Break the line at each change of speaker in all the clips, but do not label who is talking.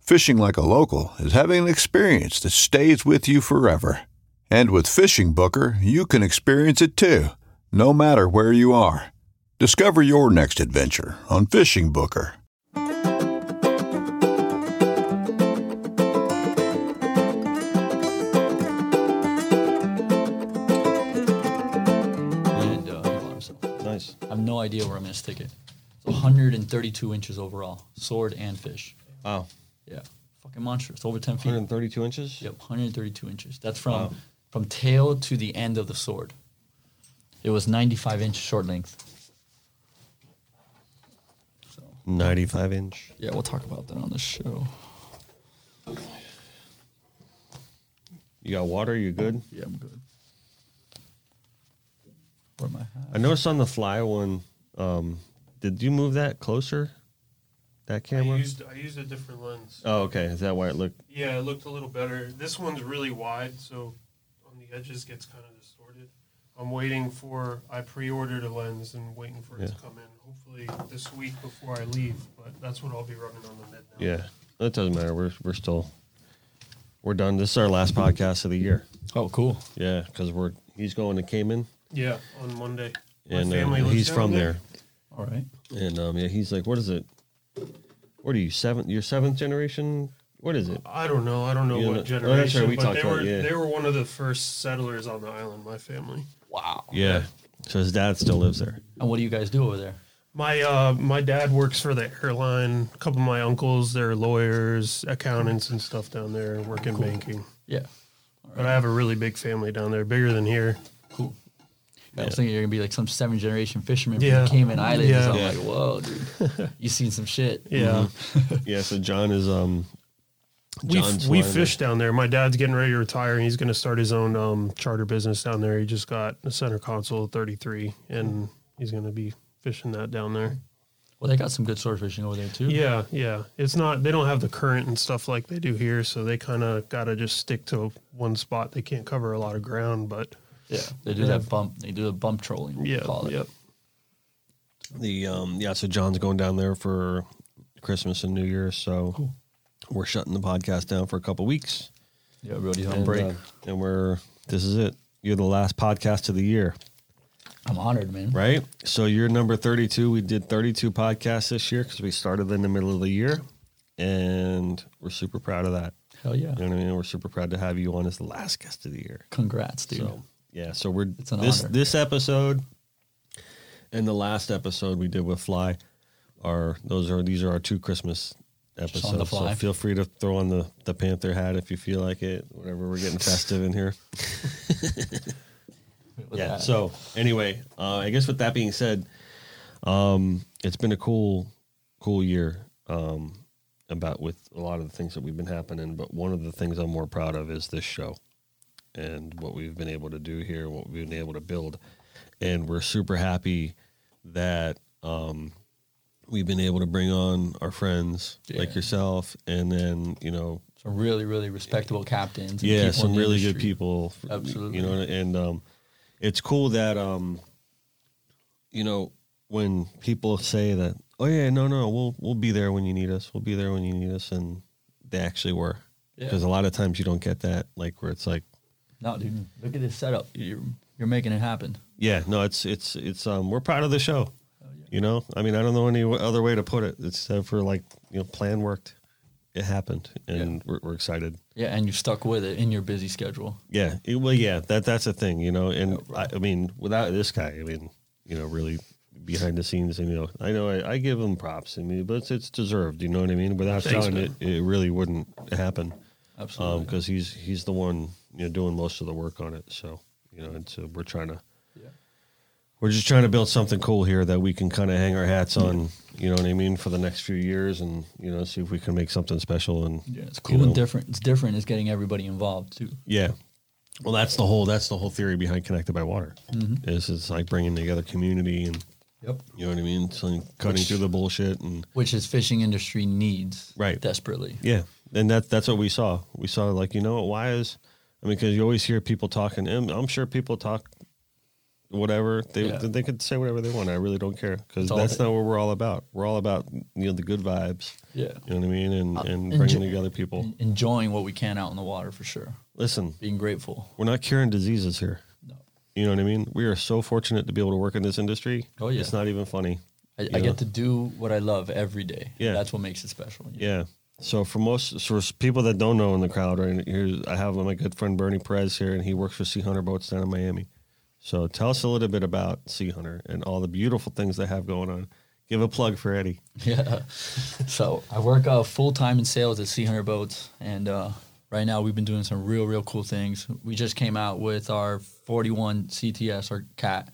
Fishing like a local is having an experience that stays with you forever. And with Fishing Booker, you can experience it too, no matter where you are. Discover your next adventure on Fishing Booker.
and uh, Alarm Cell.
Nice.
I have no idea where I'm going to stick it. It's 132 inches overall, sword and fish.
Wow.
Yeah, fucking monster. It's over 10 feet.
132 inches?
Yep, 132 inches. That's from from tail to the end of the sword. It was 95 inch short length. So
95 inch.
yeah, we'll talk about that on the show.
You got water? You good?
Yeah, I'm good. Where am I? at?
I noticed on the fly one, um, did you move that closer? That
I
camera?
used I used a different lens.
oh, okay. Is that why it looked?
Yeah, it looked a little better. This one's really wide, so on the edges gets kind of distorted. I'm waiting for I pre-ordered a lens and waiting for it to
Yeah.
come in. Hopefully this week before I leave, but that's what I'll be running on the mid now.
Yeah. That doesn't matter. We're, we're still, we're done. This is our last podcast of the year.
Oh, cool.
Yeah. Cause we're, he's going to Cayman
Yeah, on Monday. My
and uh,
family lives
he's
down
from there.
All right.
And, um, yeah, he's like, what is it? What are you, seventh, your seventh generation? What is it?
I don't know. I don't know
You
what
know- oh, that's right,
generation,
we
but
talked
they
about it,
were
yeah.
they were one of the first settlers on the island. My family.
Wow.
Yeah. So his dad still lives there.
And what do you guys do over there?
My uh, my dad works for the airline. A couple of my uncles, they're lawyers, accountants, and stuff down there, and work in banking.
Yeah.
But I have a really big family down there, bigger than here.
Cool. I was thinking you're gonna be like some seven generation fisherman
Yeah.
from Cayman Islands.
Yeah.
I'm
Yeah.
like, whoa, dude, you seen some shit.
Yeah,
Mm-hmm.
Yeah. So John is, um,
we
John's
we
flying
fish down there. My dad's getting ready to retire, and he's going to start his own um, charter business down there. He just got a center console at 33, and he's going to be fishing that down there.
Well, they got some good sword fishing over there too.
Yeah, yeah. It's not they don't have the current and stuff like they do here, so they kind of got to just stick to one spot. They can't cover a lot of ground, but
yeah. They do that bump. They do the bump trolling. we
yeah,
call it.
yeah.
The um yeah, so John's going down there for Christmas and New Year's, so we're shutting the podcast down for a couple weeks.
Yeah, everybody's on
And,
break.
uh, and we're this is it. You're the last podcast of the year,
I'm honored, man.
right? So you're number 32. We did 32 podcasts this year because we started in the middle of the year, and we're super proud of that.
Hell yeah.
You know what I mean? We're super proud to have you on as the last guest of the year.
Congrats, dude.
So yeah, so we're
It's an
this
honor.
this episode and the last episode we did with Fly are those are these are our two Christmas
the
episodes. So
fly.
feel free to throw on the the Panther hat if you feel like it. Whatever, we're getting festive in here.
With
Yeah.
that.
So anyway, uh, I guess with that being said, um, it's been a cool cool year. Um, about with a lot of the things that we've been happening, but one of the things I'm more proud of is this show. and what we've been able to do here, what we've been able to build. And we're super happy that um, we've been able to bring on our friends like yourself and then, you know,
some really really respectable captains. and
yeah,
people in
some
the
really good
industry.
people.
Absolutely.
You know, and um, it's cool that um, you know, when people say that, oh yeah, no, no, we'll we'll be there when you need us. We'll be there when you need us, and they actually were.
Yeah.
Because a lot of times you don't get that, like where it's like,
No, dude, look at this setup. You're you're making it happen.
yeah, no, it's it's it's um, we're proud of the show.
Oh,
You know, I mean, I don't know any w- other way to put it except for like, you know, plan worked, it happened, and we're, we're excited.
Yeah, and you're stuck with it in your busy schedule.
Yeah. It, well, yeah. That that's the thing, you know. And I, I mean, without this guy, I mean, you know, really behind the scenes, and you know, I know I, I give him props. I mean, but it's, it's deserved. You know what I mean? Without
Thanks,
John, it, it really wouldn't happen
Absolutely.
because he's he's the one you know doing most of the work on it. So you know, and so we're trying to.
Yeah.
We're just trying to build something cool here that we can kind of hang our hats on, you know what I mean, for the next few years, and you know, see if we can make something special. And
yeah, it's
you
cool
know.
and different. It's different is getting everybody involved too.
Yeah. Well, that's the whole that's the whole theory behind Connected by Water.
Mm-hmm.
Is it's like bringing together community and
Yep.
you know what I mean, It's like cutting through the bullshit and
Which his fishing industry needs
Right.
desperately.
yeah, and that that's what we saw. We saw like you know what, why is I mean because you always hear people talking. And I'm sure people talk whatever they
Yeah.
they could say whatever they want. I really don't care because
all
that's
that-
not what we're all about. We're all about you know the good vibes.
Yeah. Uh,
You know what I mean, and and
and
bringing
ju-
together people.
Enjoying what we can out in the water for sure.
Listen,
Being grateful.
we're not curing diseases here.
No.
You know what I mean? We are so fortunate to be able to work in this industry.
Oh, yeah.
It's not even funny.
I,
You
I
know?
get to do what I love every day.
Yeah.
That's what makes it special.
Yeah. So for most so for people that don't know in the crowd, right here's I have my good friend Bernie Perez here, and he works for Sea Hunter Boats down in Miami. So tell us a little bit about Sea Hunter and all the beautiful things they have going on. Give a plug for Eddie.
Yeah. So I work uh, full time in sales at Sea Hunter Boats, and uh, right now we've been doing some real, real cool things. We just came out with our 41 CTS or CAT.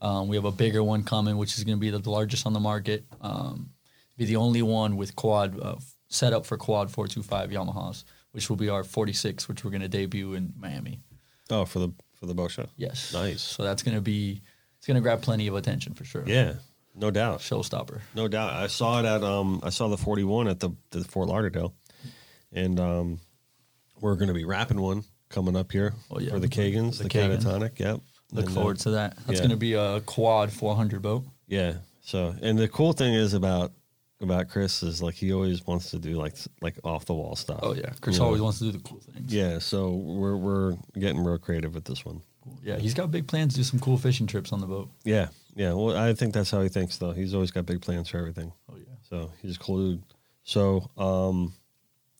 Um, we have a bigger one coming, which is going to be the largest on the market. Um, be the only one with quad uh, set up for quad 425 Yamahas, which will be our 46, which we're going to debut in Miami.
Oh, for the for the boat show.
Yes.
Nice.
So that's going to be it's going to grab plenty of attention for sure.
Yeah. No doubt.
Showstopper.
No doubt. I saw it at um I saw the 41 at the, the Fort Lauderdale. And um we're going to be wrapping one coming up here
Oh, yeah.
for the Kagans, the,
The Kagan.
catatonic. Yep.
Look
And, uh,
forward to that. That's
yeah.
going to be a quad 400 boat.
Yeah. So, and the cool thing is about about Chris is like he always wants to do like s- like off the wall stuff.
Oh yeah, Chris
You know?
always wants to do the cool things.
Yeah, so we're we're getting real creative with this one.
yeah, he's got big plans to do some cool fishing trips on the boat.
Yeah, yeah. Well, I think that's how he thinks, though. He's always got big plans for everything.
Oh yeah,
So he's a cool dude. So um,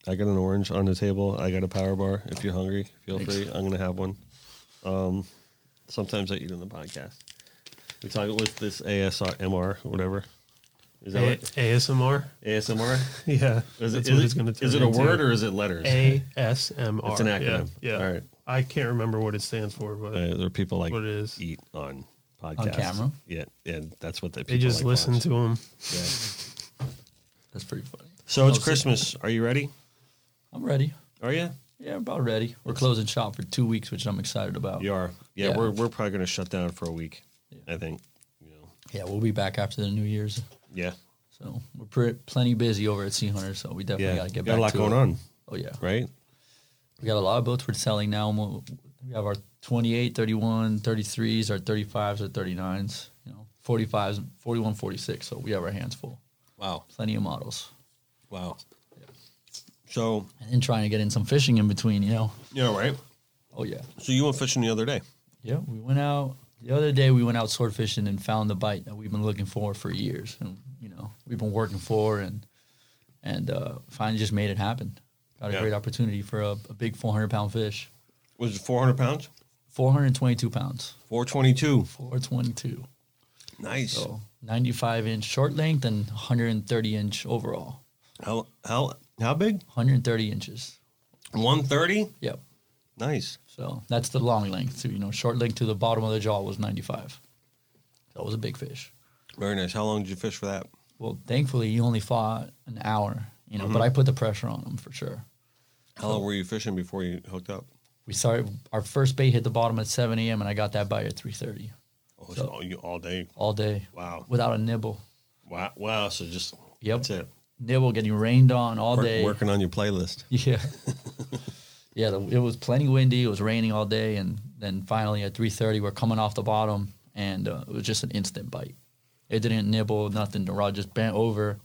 I got an orange on the table. I got a power bar. If you're hungry, feel
Thanks.
free. I'm gonna have one. Um, sometimes I eat on the podcast. We talk with this ASMR, whatever. Is that
A-
what
ASMR.
ASMR?
Yeah,
Is it,
that's
is
what
it-
it's going to turn
is it a
into.
word or is it letters?
ASMR.
It's an acronym.
Yeah. yeah.
All right.
I can't remember what it stands for, but
Uh, there are people like
What it is.
eat on podcasts.
camera?
Yeah, yeah. That's what they.
they just listen to him.
that's pretty funny.
So it's
Oh,
Christmas. Are you ready?
I'm ready.
Are you?
Yeah, about ready. We're closing shop for two weeks, which I'm excited about.
You are. Yeah,
Yeah.
we're we're probably gonna shut down for a week. I think. You know.
Yeah, we'll be back after the New Year's,
Yeah.
so we're pre- plenty busy over at Sea Hunter. So we definitely
Yeah.
got to get
got
back.
a lot
to
going
it.
on,
Oh yeah,
right?
we got a lot of boats we're selling now. and we'll- We have our 28, 31, 33s, our 35s, our 39s, you know, 45s, 41, 46. So we have our hands full.
Wow.
Plenty of models,
Wow. So
and then trying to get in some fishing in between. You know.
yeah, right.
Oh yeah.
So you went fishing the other day.
Yeah, we went out the other day. We went out sword fishing and found the bite that we've been looking for for years, and you know we've been working for and and uh, finally just made it happen. Got a
Yeah.
great opportunity for a, a big 400 pound fish,
Was it 400 pounds?
422 pounds,
422.
422.
Nice.
So 95 inch short length and 130 inch overall,
How how how big?
130 inches.
130.
Yep.
Nice.
So that's the long length. So you know, short length to the bottom of the jaw was 95. That was a big fish.
Very nice. How long did you fish for that?
Well, thankfully, he only fought an hour, you
Mm-hmm.
know, but I put the pressure on him for sure.
How long were you fishing before you hooked up?
We started, our first bait hit the bottom at 7 a.m., and I got that bite at 3.30
Oh, so all, you all day.
all day
Wow.
without a nibble.
Wow. Wow. So just
Yep.
That's it.
Nibble getting rained on all
Work-
day.
working on your playlist.
Yeah. yeah, the, it was plenty windy. It was raining all day, and then finally at three thirty, we're coming off the bottom, and uh, it was just an instant bite. It didn't nibble, nothing. The rod just bent over.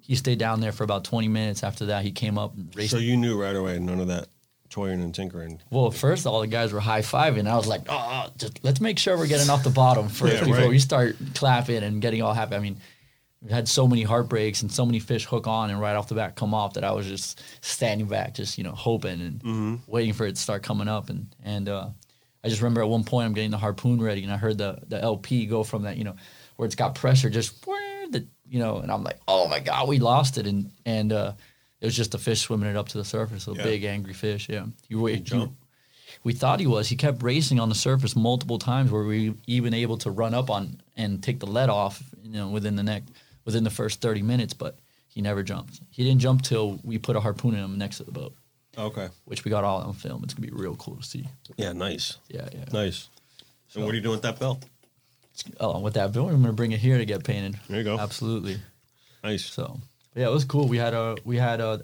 He stayed down there for about twenty minutes. After that, he came up and raced.
So you knew right away none of that toying and tinkering.
well, at first all the guys were high fiving. I was like, oh, just let's make sure we're getting off the bottom first
Yeah,
before
right.
we start clapping and getting all happy. I mean. We had so many heartbreaks and so many fish hook on and right off the bat come off that I was just standing back, just you know hoping and
Mm-hmm.
waiting for it to start coming up. And and uh, I just remember at one point I'm getting the harpoon ready and I heard the the LP go from that you know where it's got pressure just where the you know and I'm like oh my god we lost it and and uh, it was just a fish swimming it up to the surface a
Yeah.
big angry fish yeah he, wa- he-
jumped.
we thought he was. He kept racing on the surface multiple times where we were even able to run up on and take the lead off, you know, within the neck within the first 30 minutes, but he never jumped. He didn't jump till we put a harpoon in him next to the boat,
Okay.
which we got all on film. It's going to be real cool to see.
Yeah, nice.
Yeah, yeah.
Nice. and what are you doing with that bell?
Oh, and with that bill, I'm going to bring it here to get painted.
There you go.
Absolutely.
Nice.
So, but yeah, it was cool. We had a we had a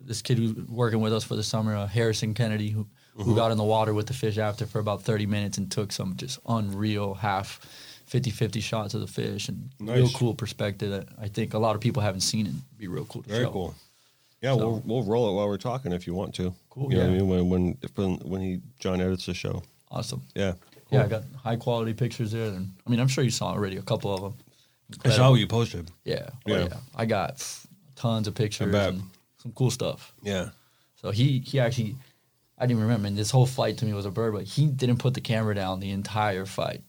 this kid who was working with us for the summer, uh, Harrison Kennedy, who
Mm-hmm.
who got in the water with the fish after for about 30 minutes and took some just unreal half 50-50 shots of the fish and real
Nice.
cool perspective that I think a lot of people haven't seen and it'd be real cool to
Very
show.
cool. Yeah, we'll we'll roll it while we're talking if you want to.
Cool,
You know what I
yeah.
mean? When when if, when when he John edits the show.
Awesome.
Yeah.
Yeah, I got high quality pictures there. And, I mean, I'm sure you saw already a couple of them.
I saw what you posted.
Yeah. Oh,
Yeah.
yeah. I got pff, tons of pictures
bet.
and some cool stuff.
Yeah.
So he he actually, I didn't remember. And this whole fight to me was a bird, but he didn't put the camera down the entire fight.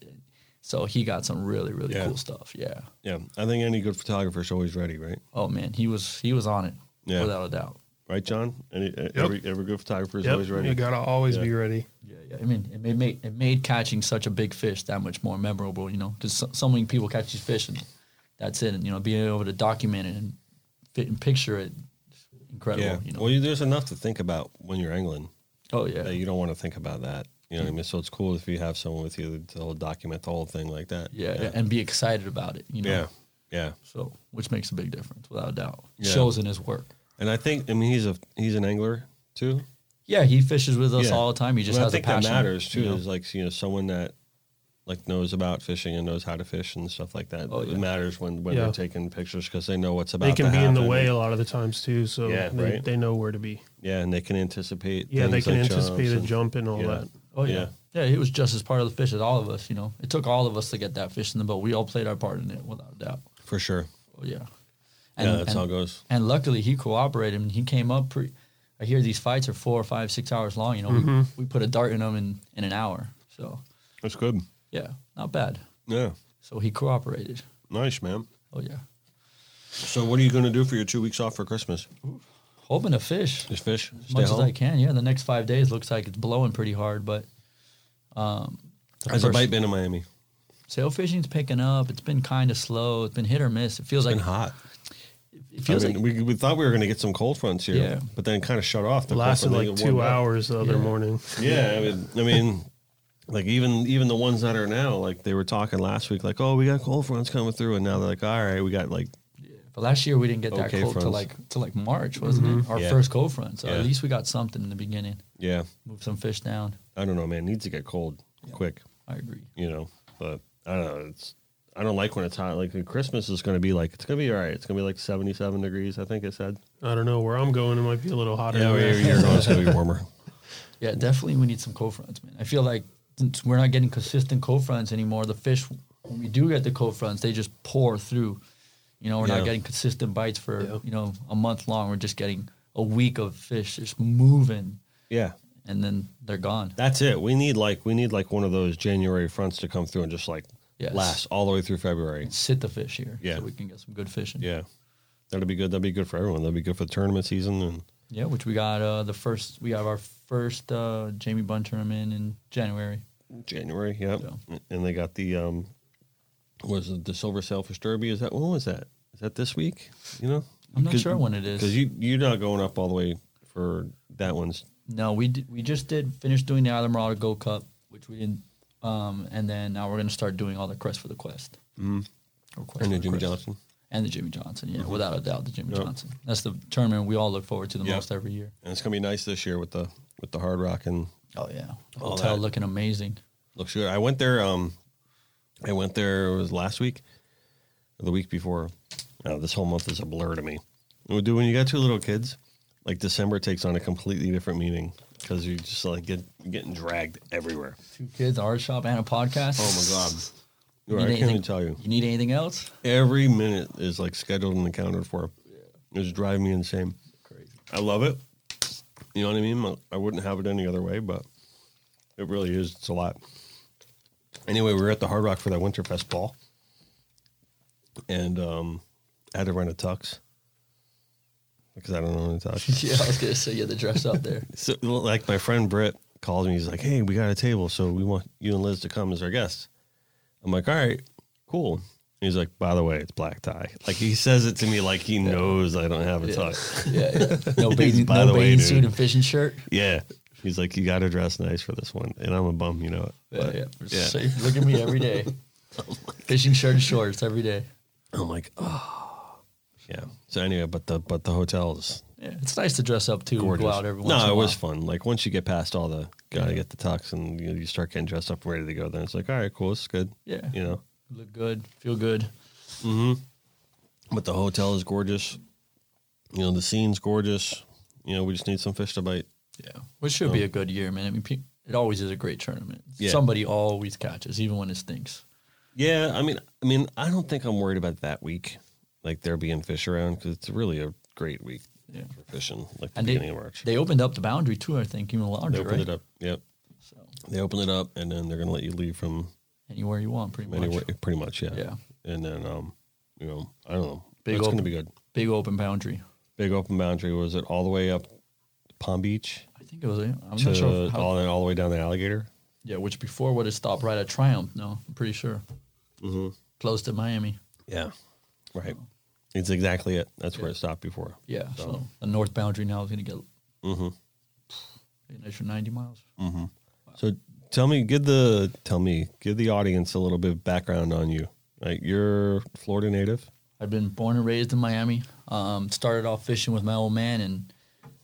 So he got some really really
Yeah.
cool stuff. Yeah.
Yeah. I think any good photographer is always ready, right?
Oh man, he was he was on it.
Yeah.
Without a doubt.
Right, John? Any, e, every every good photographer is
Yep,
always ready.
you gotta always
Yeah.
be ready.
Yeah, yeah. I mean, it made it made catching such a big fish that much more memorable. You know, because so, so many people catch these fish and that's it. And you know, being able to document it and fit and picture it, incredible.
yeah.
You know.
Well, you, there's enough to think about when you're angling.
oh yeah.
that you don't want to think about that. You know what I mean? So it's cool if you have someone with you to whole document the whole thing like that.
yeah.
Yeah.
Yeah. And be excited about it. You know.
Yeah. Yeah.
So, which makes a big difference, without a doubt.
Yeah.
Shows in his work.
And I think I mean he's a he's an angler too.
Yeah, he fishes with us
Yeah.
all the time. He just
But I
has
think
a passion.
that matters too.
you know?
Is like you know someone that like knows about fishing and knows how to fish and stuff like that.
Oh, yeah.
It matters when when
Yeah.
they're taking pictures because they know what's about.
They can
to
be in the
happen.
way a lot of the times too, so
Yeah,
they,
right.
they know where to be.
Yeah, and they can anticipate.
Yeah, they
things
can
like
anticipate
jumps
a
and-
jump and all
yeah.
that.
Oh
yeah.
yeah. yeah, He was just as part of the fish as all of us. You know, it took all of us to get that fish in the boat. We all played our part in it, without a doubt.
for sure.
Oh yeah.
yeah, that's how it goes.
And luckily, he cooperated and he came up. Pre- I hear these fights are four or five, six hours long. You know, we, we put a dart in them in, in an hour. So
That's good.
yeah, not bad.
Yeah,
So he cooperated.
nice man.
Oh yeah,
So what are you going to do for your two weeks off for Christmas?
hoping to fish.
Just fish.
as much as I can. Yeah, the next five days looks like it's blowing pretty hard, but um,
Has a bite been in Miami?
sail fishing's picking up. It's been kind of slow. It's been hit or miss. It feels like
been hot.
it feels
I mean,
like
we, we thought we were going to get some cold fronts here,
Yeah.
but then kind of shut off. The cold
Lasted
front,
like
they get
two
warmed up.
hours the other
Yeah.
morning.
Yeah, I mean, I mean, like even even the ones that are now, like they were talking last week, like oh, we got cold fronts coming through, and now they're like, all right, we got like
but last year we didn't get that
Okay,
cold till
friends.
like till like March, wasn't it? Our
Yeah.
first cold front. So
Yeah.
at least we got something in the beginning.
yeah,
Move some fish down.
I don't know, man, needs to get cold quick,
I agree.
you know. But I don't know, it's I don't like when it's hot. Like Christmas is going to be like it's going to be all right. It's going to be like seventy seven degrees, I think it said.
I don't know where I'm going. It might be a little hotter.
Yeah,
than
where
that.
you're going, it's going to be warmer.
Yeah, definitely we need some cold fronts, man. I feel like since we're not getting consistent cold fronts anymore, the fish when we do get the cold fronts, they just pour through. You know, we're
Yeah.
not getting consistent bites for
Yeah.
you know a month long. We're just getting a week of fish just moving,
Yeah,
and then they're gone.
That's it. We need like we need like one of those January fronts to come through and just like
Yes.
last all the way through February.
Sit the fish here,
Yeah.
so we can get some good fishing.
Yeah, that'd be good. That'd be good for everyone. That'd be good for the tournament season. And
yeah. Which we got uh, the first. We have our first uh, Jamie Bunn tournament in January.
January, yeah.
Yeah.
And they got the um, was it the silver sailfish derby? Is that when was that? Is that this week? You know,
I'm not sure when it is.
because you you're not going up all the way for that one's.
No, we did, we just did finish doing the Island Marauder Gold Cup, which we didn't, um, and then now we're gonna start doing all the Crest for the Quest. Mm. Or Quest
Mm-hmm. And
for
then
the
Jimmy
Crest.
Johnson. Mm-hmm.
and the Jimmy Johnson. Yeah, without a doubt, the Jimmy Johnson. That's the tournament we all look forward to the
Yep.
most every year.
And it's gonna be nice this year with the with the hard rock and
Oh yeah,
All
hotel
that.
looking amazing.
looks good. I went there. Um, I went there it was last week, or the week before. Uh, this whole month is a blur to me. Well, Dude, when you got two little kids, like December takes on a completely different meaning because you're just like get, getting dragged everywhere.
Two kids, art shop, and a podcast.
Oh my god.
You
Dude, I
need
can't even
anything-
tell you.
You need anything else?
Every minute is like scheduled and accounted for. It's driving me insane.
Crazy.
I love it. You know what I mean? I- I wouldn't have it any other way, but it really is. It's a lot. Anyway, we were at the Hard Rock for that Winterfest ball, and um, I had to rent a tux because I don't own a tux.
yeah, I was gonna say you had to dress up there.
So, like my friend Britt calls me. He's like, "Hey, we got a table, so we want you and Liz to come as our guests." I'm like, "All right, cool." And he's like, "By the way, it's black tie." Like he says it to me like he knows I don't have a
Yeah.
tux.
Yeah, yeah. no bathing,
By
no
the way,
bathing
dude.
suit and fishing shirt.
Yeah. He's like, you got to dress nice for this one. And I'm a bum, you know it.
Yeah,
But
yeah.
yeah. Oh
So you look at me every day. Fishing shirt and shorts every day.
I'm like, oh. Yeah. So anyway, but the but the hotels
Yeah, it's nice to dress up too. and
gorgeous.
Go out every once in
no,
a
it was
while.
fun. Like once you get past all the gotta get the tux and you, know, you start getting dressed up and ready to go, then it's like, all right, cool, it's good.
Yeah.
You know.
Look good, feel good.
But the hotel is gorgeous. You know, the scene's gorgeous. You know, we just need some fish to bite.
Yeah, which should be a good year, man. I mean, pe- it always is a great tournament.
Um, Yeah.
Somebody always catches, even when it stinks.
Yeah, I mean, I mean, I don't think I'm worried about that week, like there being fish around, because it's really a great week
Yeah.
for fishing, like the
And
beginning
they,
of March.
they opened up the boundary too. I think even larger,
They opened
right?
it up. Yep.
So
They open it up, and then they're going to let you leave from
anywhere you want, pretty much.
anywhere, pretty much. Yeah.
Yeah.
And then, um, you know, I don't know.
Big
it's going to
open-
be good.
Big open boundary.
Big open boundary. Was it all the way up Palm Beach
I think it was. I'm not
to
sure how.
all, and all the way down the alligator?
yeah, which before would have stopped right at Triumph. No, I'm pretty sure. Mm-hmm. Close to Miami.
Yeah. Right. It's exactly it. That's where it stopped before. Mm-hmm.
Yeah. So, the north boundary now is going to get an extra 90 miles.
So tell me, give the tell me, give the audience a little bit of background on you. Like you're Florida native.
I've been born and raised in Miami. Um, started off fishing with my old man, and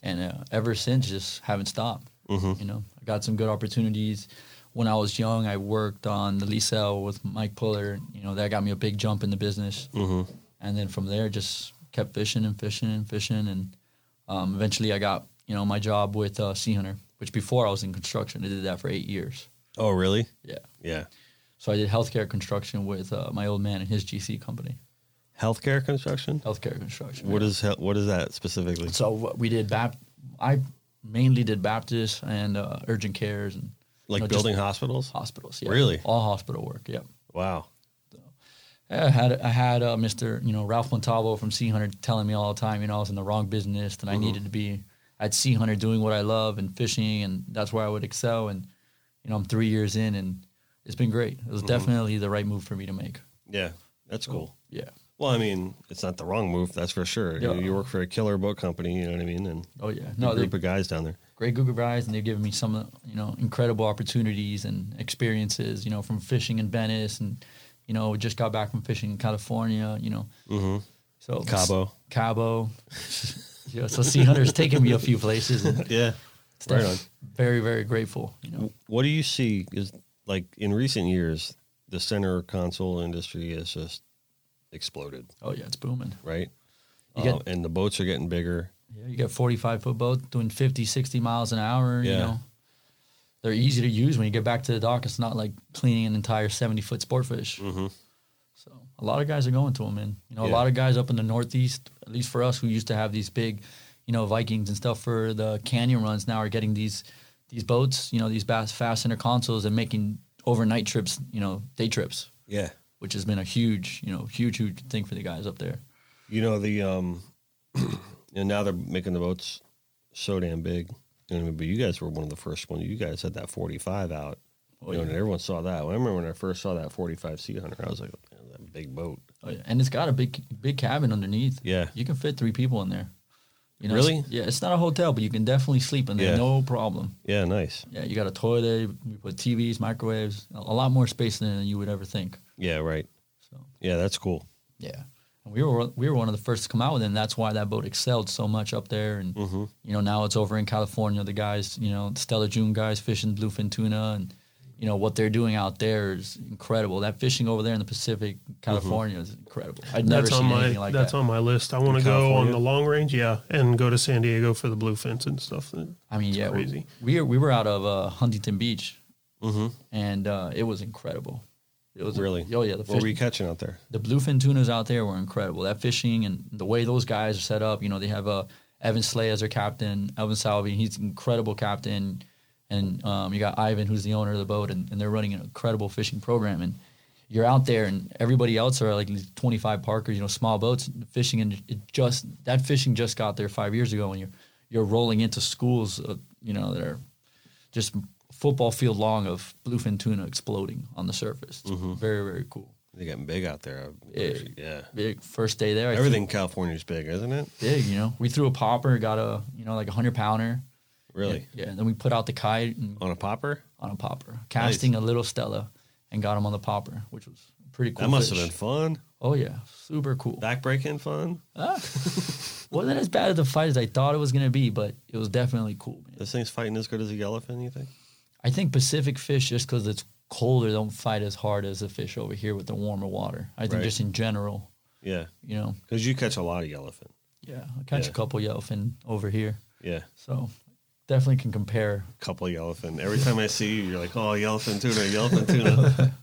and uh, ever since just haven't stopped. You know, I got some good opportunities. When I was young, I worked on the Lisel with Mike Puller. You know, that got me a big jump in the business. Mm-hmm. And then from there, just kept fishing and fishing and fishing, and um, eventually I got you know my job with uh, Sea Hunter, which before I was in construction. I did that for eight years.
Oh, really?
Yeah.
Yeah.
So I did healthcare construction with uh, my old man and his GC company,
Healthcare construction.
healthcare construction.
What is hel- what is that specifically?
So what we did Bap. I mainly did Baptist and uh, urgent cares and you
Like
know, just
building hospitals?
hospitals. Yeah.
Really?
all hospital work. Yeah.
Wow.
I had I had uh, Mr. You know Ralph Montalvo from C Hunter telling me all the time. You know I was in the wrong business
Mm-hmm.
and I needed to be at C Hunter doing what I love and fishing and that's where I would excel. And you know I'm three years in and it's been great. It was
Mm-hmm.
definitely the right move for me to make.
Yeah, that's cool.
Yeah.
Well, I mean, it's not the wrong move, that's for sure. You,
Oh. Yeah.
you work for a killer boat company, you know what I mean, and
Oh yeah.
no,
No,
a
they,
group of guys down there.
great Google guys, and they've given me some, you know, incredible opportunities and experiences, you know, from fishing in Venice and, you know, just got back from fishing in California, you know. Mm-hmm. So
Cabo.
Cabo. yeah, so Sea Hunter's taken me a few places. And
Yeah, right on.
Very, very grateful, you know.
What do you see is like in recent years, the center console industry has just exploded,
Oh, yeah, it's booming.
right?
You get-
Um, and the boats are getting bigger.
Yeah, you got 45 foot boat doing 50, 60 miles an hour, you
Yeah.
know. They're easy to use when you get back to the dock. It's not like cleaning an entire 70 foot sport fish. So a lot of guys are going to them, man. You know,
Mm-hmm. Yeah.
a lot of guys up in the Northeast, at least for us who used to have these big, you know, Vikings and stuff for the canyon runs now are getting these these boats, you know, these bass fast center consoles and making overnight trips, you know, day trips,
Yeah.
which has been a huge, you know, huge, huge thing for the guys up there.
You know the um, and now they're making the boats so damn big. You know, what I mean? but you guys were one of the first ones. You guys had that forty five out.
Oh,
you know,
yeah.
and everyone saw that. Well, I remember when I first saw that forty five Sea Hunter, I was like, "Man, that big boat.
Oh, yeah. And it's got a big big cabin underneath.
Yeah.
You can fit three people in there. You
Really?
it's- yeah, it's not a hotel, but you can definitely sleep in there,
Yeah.
no problem.
Yeah, nice.
Yeah, you got a toilet, you put TVs, microwaves, a a lot more space in there than you would ever think.
Yeah, right.
So
Yeah, that's cool.
yeah, We were we were one of the first to come out with it, and that's why that boat excelled so much up there. And
Mm-hmm.
you know now it's over in California. The guys, you know, Stella June guys fishing bluefin tuna, and you know what they're doing out there is incredible. That fishing over there in the Pacific, California, is incredible. I'd never
Mm-hmm. that's
seen
on my
anything like
that's
that.
on my list. I want to go on the long range, yeah, and go to San Diego for the bluefins and stuff.
I mean, yeah, we-
crazy.
We, we were out of uh, Huntington Beach, and uh, it was incredible. It was
Really?
oh yeah, the
What were you
fish,
catching out there?
the bluefin tunas out there were incredible. That fishing and the way those guys are set up, you know, they have uh, Evan Slay as their captain, Evan Salvi, he's an incredible captain, and um, you got Ivan, who's the owner of the boat, and, and they're running an incredible fishing program. And you're out there, and everybody else are like these 25 parkers, you know, small boats fishing, and it just that fishing just got there five years ago, and you're you're rolling into schools, uh, you know, that are just football field long of bluefin tuna exploding on the surface. It's Very very cool
They got big out there.
Yeah.
yeah.
big first day there. I
Everything in California is big, isn't it?
threw big, you know. We threw a popper, got a you know like a hundred pounder.
Really? Oh.
Yeah, and then we put out the kite and,
On a popper?
on a popper, casting a little Stella, and got him on the popper, which was pretty cool.
That must
fish.
have been fun.
Oh yeah, super cool.
Backbreaking fun.
wasn't as bad of a fight as I thought it was gonna be, but it was definitely cool, man.
This thing's fighting as good as a yellowfin, you think?
I think Pacific fish, just because it's colder, don't fight as hard as the fish over here with the warmer water. I think
Right.
just in general,
Yeah.
you know.
Because you catch a lot of yellowfin.
Yeah, I catch
Yeah.
a couple yellowfin over here,
Yeah.
so definitely can compare
Couple yellowfin. Every time I see you, you're like, oh, yellowfin tuna, yellowfin tuna.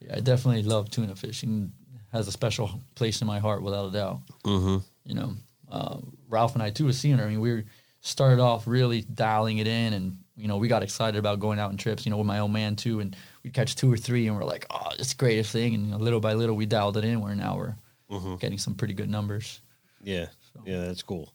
Yeah, I definitely love tuna fishing. Has a special place in my heart, without a doubt. Mm-hmm. You know, uh, Ralph and I too was seeing her. I mean, we were- started off really dialing it in, and you know, we got excited about going out on trips. You know, with my old man too, and we would catch two or three, and we're like, "Oh, it's the greatest thing!" And you know, little by little, we dialed it in. We're now we're getting some pretty good numbers.
yeah. Yeah, that's cool.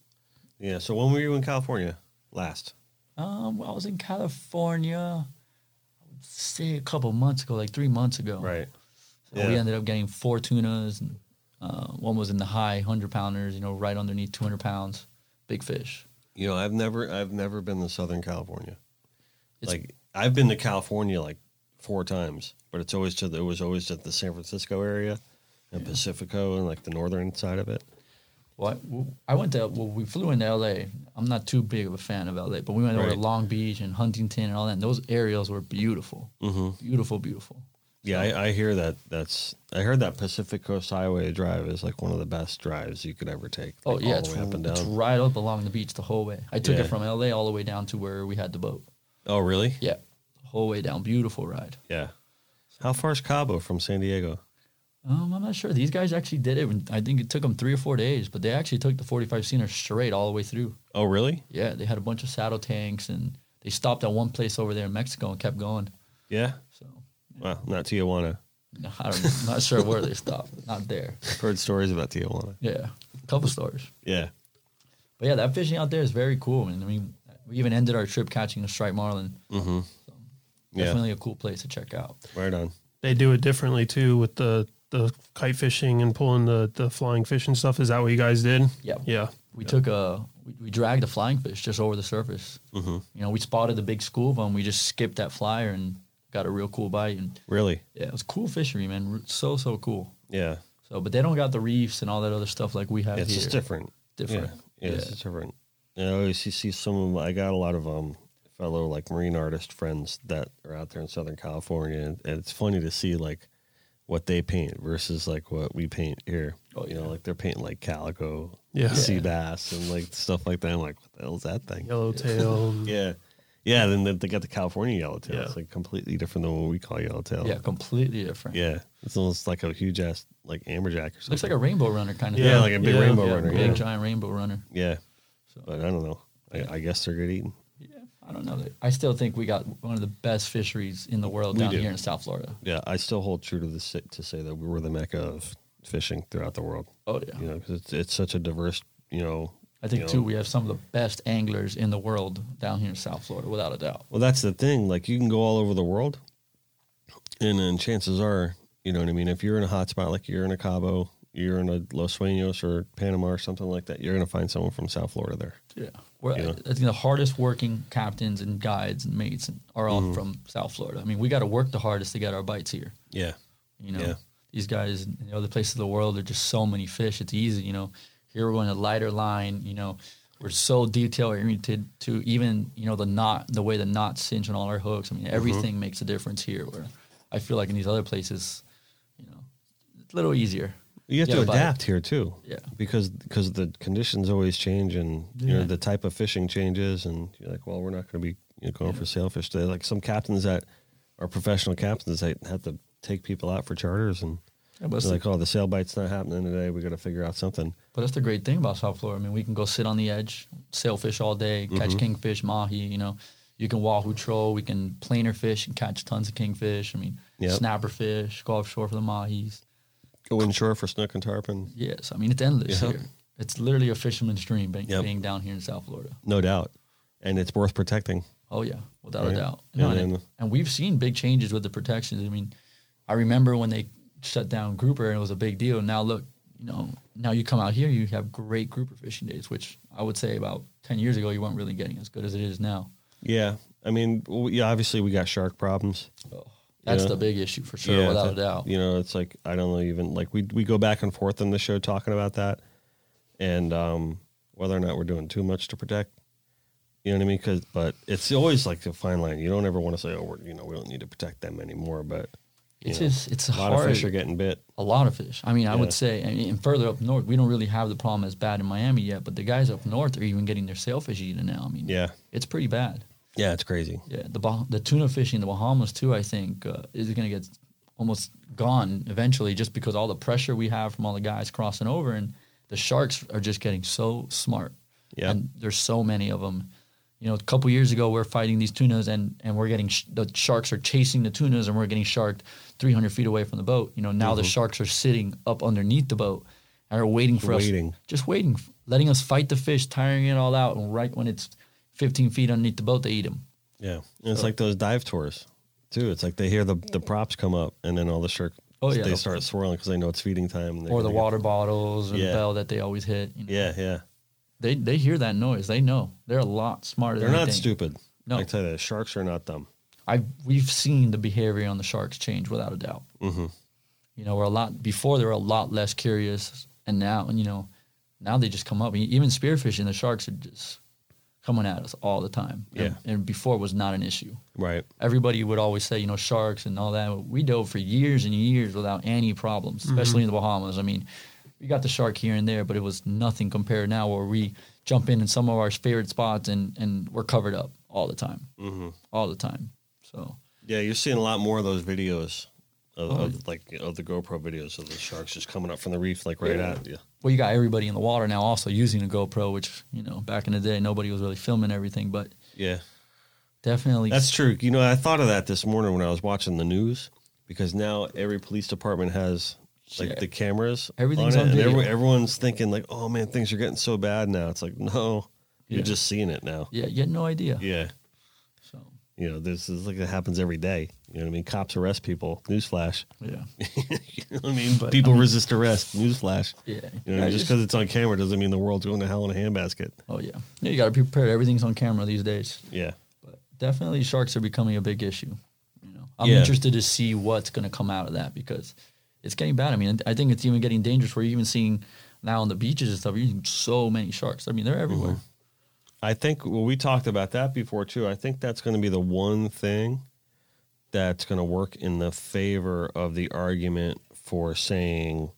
Yeah. So when were you in California last?
Um, well, I was in California, I would say a couple months ago, like three months ago.
Right.
So We
Yeah.
ended up getting four tunas, and uh, one was in the high hundred pounders, you know, right underneath two hundred pounds, big fish.
You know, I've never I've never been to Southern California.
It's-
like I've been to California like four times, but it's always to the, it was always at the San Francisco area and Pacifico and like the northern side of it.
Well, I, w- I went to well, we flew into L.A. I'm not too big of a fan of L.A., but we went over
Right.
to Long Beach and Huntington and all that. And those areas were beautiful, mm-hmm. beautiful, beautiful.
Yeah, I, I hear that. That's I heard that Pacific Coast Highway drive is like one of the best drives you could ever take.
Oh
like,
yeah,
all
it's,
the way up and
it's
down.
right up along the beach the whole way. I took
Yeah.
it from L.A. all the way down to where we had the boat.
Oh really?
Yeah, the whole way down. Beautiful ride.
Yeah. How far is Cabo from San Diego?
Um, I'm not sure. These guys actually did it. when- I think it took them three or four days, but they actually took the 45 seater straight all the way through.
Oh really?
Yeah, they had a bunch of saddle tanks, and they stopped at one place over there in Mexico and kept going.
Yeah.
So
Well, not Tijuana.
no, I don't, I'm not sure where they stopped. Not there.
I've heard stories about Tijuana.
Yeah, a couple stores.
Yeah.
But yeah, that fishing out there is very cool. And I mean, we even ended our trip catching a striped marlin. Mm-hmm. So
Yeah.
definitely a cool place to check out.
Right on.
They do it differently too with the the kite fishing and pulling the the flying fish and stuff. Is that what you guys did?
Yeah.
Yeah.
We took a we, we dragged a flying fish just over the surface. Mm-hmm. You know, we spotted the big school of them. We just skipped that flyer and got a real cool bite. And
Really?
yeah, it was cool fishery, man. R- So so cool.
Yeah.
So, but they don't got the reefs and all that other stuff like we have
It's
here.
just different.
Different.
Yeah, yeah, it's
Yeah.
just different. And I always see- see some of my, I got a lot of um fellow like marine artist friends that are out there in Southern California, and, and it's funny to see like what they paint versus like what we paint here.
Oh,
You know,
yeah.
like they're painting like calico,
Yeah.
sea
Yeah.
bass, and like stuff like that. I'm like, what the hell's that thing?
Yellowtail. and-
Yeah, yeah. Then they- they got the California yellowtail.
Yeah.
It's like completely different than what we call yellowtail.
Yeah, completely different.
yeah. It's almost like a huge ass like amberjack or something.
looks like a rainbow runner kind of.
yeah,
Yeah,
like a big
yeah,
rainbow
yeah,
runner.
big
yeah.
giant rainbow runner.
Yeah. But I don't know. I, I guess they're good eating.
I don't know. I still think we got one of the best fisheries in the world
We
down
do.
here in South Florida.
Yeah, I still hold true to the si- to say that we were the mecca of fishing throughout the world.
Oh yeah.
You know, 'cause it's it's such a diverse. You know,
I think
you know-
too we have some of the best anglers in the world down here in South Florida, without a doubt.
Well, that's the thing. Like you can go all over the world, and then chances are, you know what I mean. If you're in a hot spot, like you're in a Cabo, you're in a Los Sueños or Panama or something like that, you're gonna find someone from South Florida there.
Yeah. We're,
Yeah.
I think the hardest working captains and guides and
Mm-hmm.
mates and- are all from South Florida. I mean, we got to work the hardest to get our bites here.
Yeah,
You know,
Yeah.
these guys in other places of the world, there's just so many fish. It's easy, you know. Here we're going to lighter line, you know. We're so detail oriented to even, you know, the knot, the way the knots cinch on all our hooks. I
Mm-hmm.
mean, everything makes a difference here. Where I feel like in these other places, you know, it's a little easier.
You have
Yeah,
to
but-
adapt here too,
Yeah.
Because because the conditions always change, and you know the type of fishing changes, and you're like, well, we're not going to be you know, going for sailfish today. Like some captains that are professional captains, they have to take people out for charters, and
Yeah, but
they're
it's
like, oh, the sail bite's not happening today. We got to figure out something.
But that's the great thing about South Florida. I mean, we can go sit on the edge, sailfish all day, catch
Mm-hmm.
kingfish, mahi. You know, you can wahoo troll. We can planer fish and catch tons of kingfish. I mean,
Yep.
snapper fish, go offshore for the mahis.
Go inshore for snook and tarpon,
Yes, I mean it's endless
Yeah.
here. It's literally a fisherman's dream being,
Yep.
being down here in South Florida.
no doubt, and it's worth protecting.
Oh yeah, without
Right.
a doubt.
Yeah, uh,
No,
man.
and, and we've seen big changes with the protections. I mean, I remember when they shut down grouper and it was a big deal. Now look, you know, now you come out here, you have great grouper fishing days, which I would say about ten years ago you weren't really getting as good as it is now.
Yeah, I mean, w yeah, obviously we got shark problems.
That's
Yeah.
the big issue for sure,
Yeah,
without
that-
a doubt.
You know, it's like I don't know even like we we go back and forth on the show talking about that, and um, whether or not we're doing too much to protect. You know what I mean? Cause, but it's always like a fine line. You don't ever want to say, "Oh, we're, you know, we don't need to protect them anymore." But you
It's
know,
just it's
a lot
hard.
of fish are getting bit.
a lot of fish. I mean, I
Yeah.
would say, I mean, and further up north, we don't really have the problem as bad in Miami yet. But the guys up north are even getting their sailfish eaten now. I mean,
Yeah,
it's pretty bad.
yeah, it's crazy.
Yeah, the Bah- the tuna fishing in the Bahamas too. I think uh, is going to get almost gone eventually, just because all the pressure we have from all the guys crossing over, and the sharks are just getting so smart.
Yeah.
and there's so many of them. You know, a couple years ago, we are fighting these tunas, and and we're getting sh- the sharks are chasing the tunas, and we're getting sharked 300 feet away from the boat. You know, now
Mm-hmm.
the sharks are sitting up underneath the boat and are waiting for
Waiting.
us, just waiting, letting us fight the fish, tiring it all out, and right when it's 15 feet underneath the boat, they eat them.
Yeah, and it's like those dive tours too. It's like they hear the the props come up, and then all the shark.
Oh, yeah.
they start swirling because they know it's feeding time. and they're
or the
gonna get-
water bottles or
Yeah.
the bell that they always hit. you know.
Yeah, yeah.
They they hear that noise. They know. They're a lot smarter
They're
than
not
they think.
stupid.
No.
I tell you, that, sharks are not dumb.
I we've seen the behavior on the sharks change without a doubt.
Mhm.
You know, we're a lot before they were a lot less curious, and now and you know, now they just come up. E- Even spearfishing, the sharks are just coming at us all the time. And- and before it was not an issue.
Right.
everybody would always say, you know, sharks and all that. We dove for years and years without any problems,
Mm-hmm.
especially in the Bahamas. I mean, we got the shark here and there, but it was nothing compared now where we jump in in some of our favorite spots and, and we're covered up all the time, mm-hmm. all the time. So,
Yeah, you're seeing a lot more of those videos of,
Uh-huh.
of like of the GoPro videos of the sharks just coming up from the reef like right at you.
well, you got everybody in the water now also using a GoPro, which, you know, back in the day, nobody was really filming everything, but
Yeah.
definitely.
That's true. You know, I thought of that this morning when I was watching the news because now every police department has like
Yeah.
the cameras.
Everything's
it,
on
and
video.
everyone- everyone's thinking like, "Oh man, things are getting so bad now." It's like, "No, you're
Yeah.
just seeing it now."
yeah, you had no idea.
Yeah.
So,
You know, this is like it happens every day. You know what I mean? Cops arrest people. Newsflash.
yeah.
you know what I mean? people resist arrest. Newsflash.
Yeah.
You
I
know, just
just-
because it's on camera doesn't mean the world's going to hell in a handbasket.
Oh, yeah. Yeah, you got to be prepared. Everything's on camera these days.
Yeah.
but definitely sharks are becoming a big issue. You know, I'm
Yeah.
interested to see what's going to come out of that because it's getting bad. I mean, I think it's even getting dangerous. We're even seeing now on the beaches and stuff. You're seeing so many sharks. I mean, they're everywhere.
Mm-hmm. I think, well, we talked about that before too. I think that's going to be the one thing that's going to work in the favor of the argument for saying,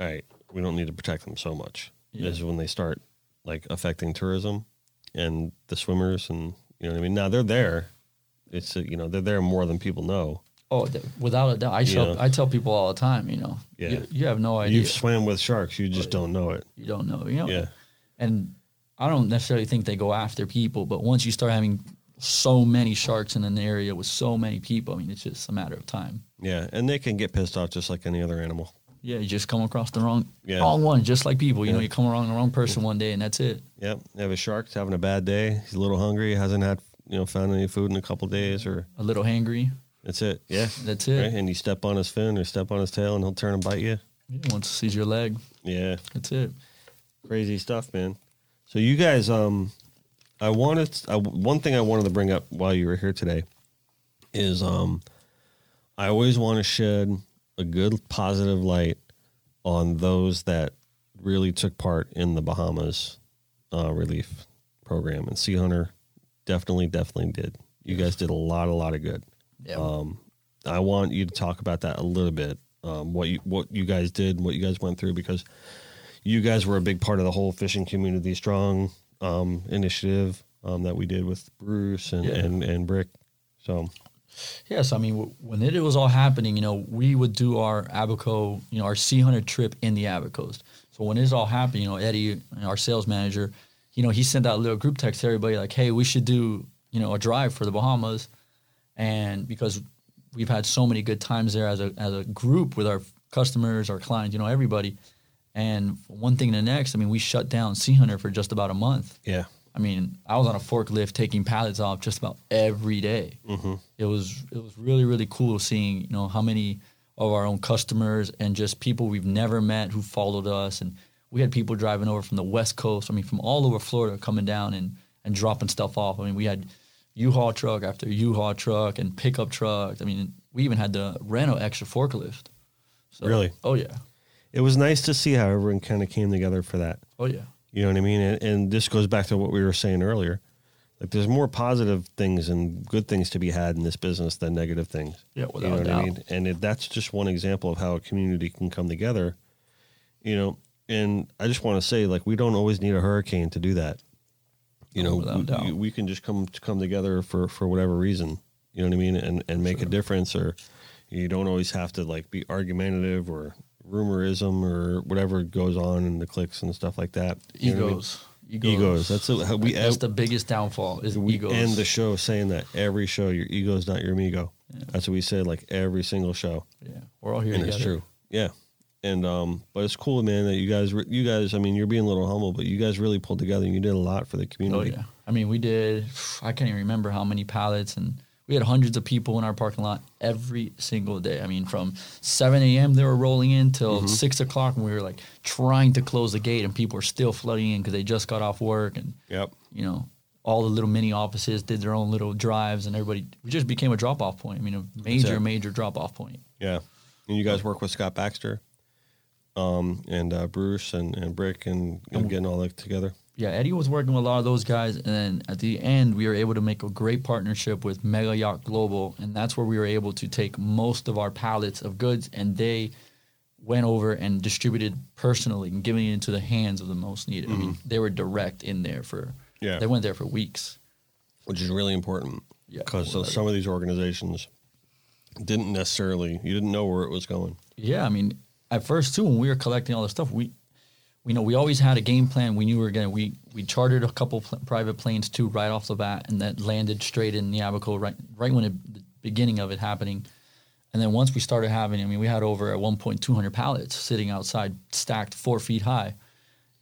all right, we don't need to protect them so much.
Yeah.
Is when they start like affecting tourism and the swimmers and, you know what I mean? Now they're there. It's, uh, you know, they're there more than people know.
Oh, th- without a doubt. I tell
Yeah.
I tell people all the time. You know,
Yeah.
you, you have no idea.
You've swam with sharks, you just don't know it.
you don't know. You know,
Yeah.
and I don't necessarily think they go after people, but once you start having so many sharks in an area with so many people, I mean, it's just a matter of time.
Yeah, and they can get pissed off just like any other animal.
Yeah, you just come across the wrong
Yeah.
wrong one, just like people. You know,
Yeah.
you come around the wrong person one day, and that's it.
Yep, they have a shark that's having a bad day. He's a little hungry. Hasn't had you know found any food in a couple days, or
A little hangry,
that's it. Yeah,
that's it.
And you step on his fin or step on his tail, and he'll turn and bite you.
Once it sees your leg,
Yeah,
that's it.
crazy stuff, man. So you guys, um, I wanted I, one thing I wanted to bring up while you were here today is um, I always want to shed a good positive light on those that really took part in the Bahamas uh, relief program. And Sea Hunter definitely, definitely did. You guys did a lot, a lot of good.
Yeah.
Um, I want you to talk about that a little bit. Um, what you what you guys did, what you guys went through, because you guys were a big part of the whole fishing community strong um, initiative um, that we did with Bruce and
Yeah.
and, and Brick. So
Yes, I mean w- when it was all happening, you know, we would do our Abaco, you know, our Sea Hunter trip in the Abacos. So when it's all happening, you know, Eddie, our sales manager, you know, he sent out a little group text to everybody like, "Hey, we should do, you know, a drive for the Bahamas," and because we've had so many good times there as a as a group with our customers, our clients, you know, everybody. And one thing to the next, I mean, we shut down Sea Hunter for just about a month.
yeah,
I mean, I was on a forklift taking pallets off just about every day.
Mm-hmm.
It was it was really really cool seeing you know how many of our own customers and just people we've never met who followed us, and we had people driving over from the West Coast. I mean, from all over Florida coming down and and dropping stuff off. I mean, we had U-Haul truck after U-Haul truck and pickup truck. I mean, we even had the Reno extra forklift. So,
Really?
Oh yeah,
it was nice to see how everyone kind of came together for that.
oh yeah.
You know what I mean? And, and this goes back to what we were saying earlier. Like, there's more positive things and good things to be had in this business than negative things.
Yeah,
you
without
know
a
what I
doubt.
mean? And it, that's just one example of how a community can come together. You know, and I just want to say, like, we don't always need a hurricane to do that. You
Oh,
know,
without a
we-
doubt.
we, we can just come come together for for whatever reason. You know what I mean? And and make a difference, or you don't always have to like be argumentative or rumorism or whatever goes on in the clicks and stuff like that. You know what I mean?
Egos. Egos.
egos. That's a, how we
That's the biggest downfall is
we
egos.
end the show saying that every show your ego's not your amigo. That's what we say like every single show,
yeah, we're all here
and
together.
it's true. Yeah, and um, but it's cool, man, that you guys, re- you guys. I mean, you're being a little humble, but you guys really pulled together. and You did a lot for the
Oh
community.
yeah. I mean, we did. I can't even remember how many pallets, and we had hundreds of people in our parking lot every single day. I mean, from 7 a.m. they were rolling in till
Mm-hmm.
six o'clock, and we were like trying to close the gate, and people were still flooding in because they just got off work, and
Yep.
you know, all the little mini offices did their own little drives, and everybody we just became a drop off point. I mean, a major,
it.
major drop off point.
Yeah, and you guys work with Scott Baxter, um, and uh, Bruce and and Brick and you
Mm-hmm.
know, getting all that together.
yeah, Eddie was working with a lot of those guys, and then at the end, we were able to make a great partnership with Mega Yacht Global, and that's where we were able to take most of our pallets of goods, and they went over and distributed personally and giving it into the hands of the most needed. I mean, they were direct in there for
Yeah.
they went there for weeks.
which is really important
Yeah,
because
well, that-
some of these organizations didn't necessarily you didn't know where it was going.
Yeah, I mean, at first too, when we were collecting all this stuff, we, we know, we always had a game plan. We knew we were gonna. We we chartered a couple pl- private planes too, right off the bat, and that landed straight in the Abaco, right, right when it, the beginning of it happening. And then once we started having, I mean, we had over at one point 200 pallets sitting outside, stacked four feet high,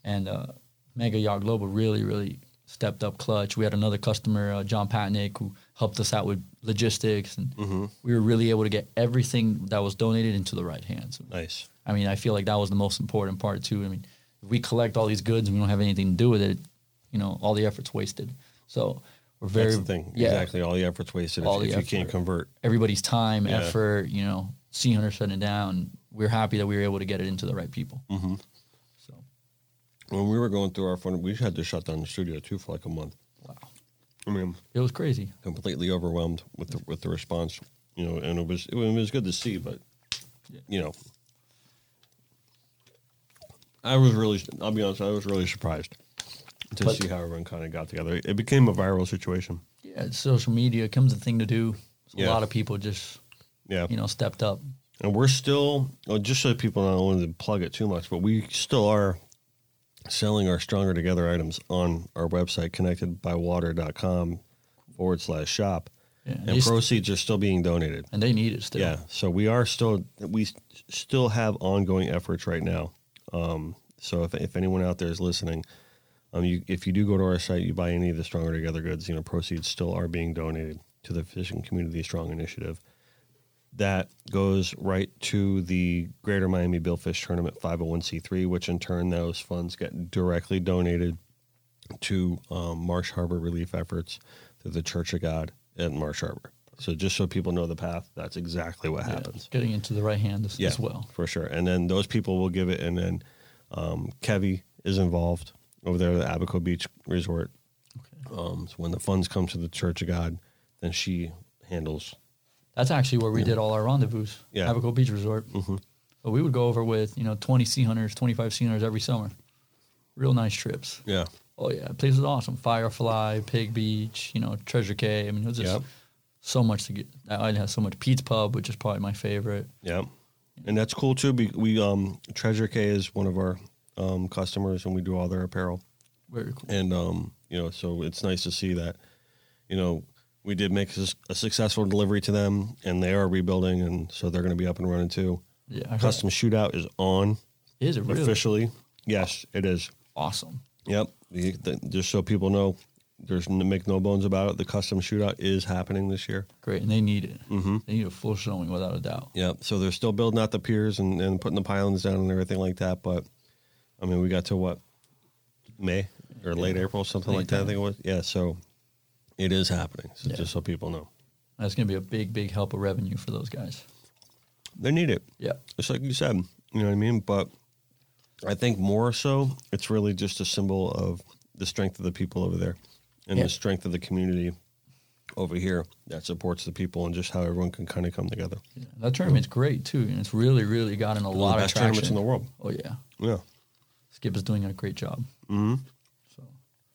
and uh, Mega Yacht Global really, really stepped up clutch. We had another customer, uh, John Patnick, who helped us out with logistics, and we were really able to get everything that was donated into the right hands.
Nice.
I mean, I feel like that was the most important part too. I mean, if we collect all these goods and we don't have anything to do with it, you know, all the effort's wasted. So we're very
That's the thing.
yeah,
Exactly. All the efforts wasted
All
if,
the
if you can't
effort.
convert.
Everybody's time,
Yeah.
effort, you know, Sea Hunter shutting down. We're happy that we were able to get it into the right people. Mm-hmm. So
When we were going through our fund, we had to shut down the studio too for like a month.
wow,
I mean,
it was crazy.
completely overwhelmed with the, with the response. You know, and it was it was good to see, but you know, I was really I'll be honest, I was really surprised to
But-
see how everyone kind of got together. It became a viral situation.
Yeah, it's social media it comes a thing to do. So
Yeah.
A lot of people just
Yeah,
you know stepped up.
and we're still oh, just so people don't want to plug it too much, but we still are selling our stronger together items on our website connectedbywater.com forward slash shop
Yeah,
and
they st-
proceeds are still being donated
and they need it still.
yeah so we are still we s- still have ongoing efforts right now um, so if, if anyone out there is listening um, you, if you do go to our site you buy any of the stronger together goods you know proceeds still are being donated to the fishing community strong initiative that goes right to the greater miami billfish tournament 501c3 which in turn those funds get directly donated to um, marsh harbor relief efforts through the church of god at marsh harbor So just so people know the path, that's exactly what happens.
Getting into the right hand as, as well.
for sure. And then those people will give it. And then um, Kevy is involved over there at the Abaco Beach Resort. Um, so when the funds come to the Church of God, then she handles.
That's actually where we did all our rendezvous.
Yeah.
Abaco Beach Resort. Mm-hmm. So we would go over with you know 20 sea hunters, 25 sea hunters every summer. Real nice trips.
Yeah,
Oh yeah, the place was awesome. Firefly, Pig Beach, you know Treasure Cay. I mean, it was just
Yep.
so much to get. I had so much Pete's Pub, which is probably my favorite.
yeah, and that's cool too. be- We um, Treasure K is one of our um, customers, and we do all their apparel.
Very cool.
and um, you know, so it's nice to see that, you know, we did make s- a successful delivery to them, and they are rebuilding, and so they're going to be up and running too.
Yeah, I heard,
Custom shootout is on
is it really
officially. Yes, it is.
awesome?
Yep. The, the, just so people know, there's n- make no bones about it. The custom shootout is happening this year.
Great, and they need it. Mm-hmm. They need a full showing without a doubt.
Yep. So they're still building out the piers and, and putting the pylons down and everything like that. But I mean, we got to what May or late April, something like that. I think it was. Yeah. So it is happening. So
Yeah.
just so people know,
That's going to be a big, big help of revenue for those guys.
they need it.
Yeah,
It's like you said. You know what I mean? But I think more so, it's really just a symbol of the strength of the people over there and
Yeah.
the strength of the community over here that supports the people and just how everyone can kind of come together.
yeah. that tournament's great too, and it's really, really gotten a
Mm-hmm. One of
lot
the
of
best
traction
tournaments in the world.
Oh yeah,
Yeah.
Skip is doing a great job.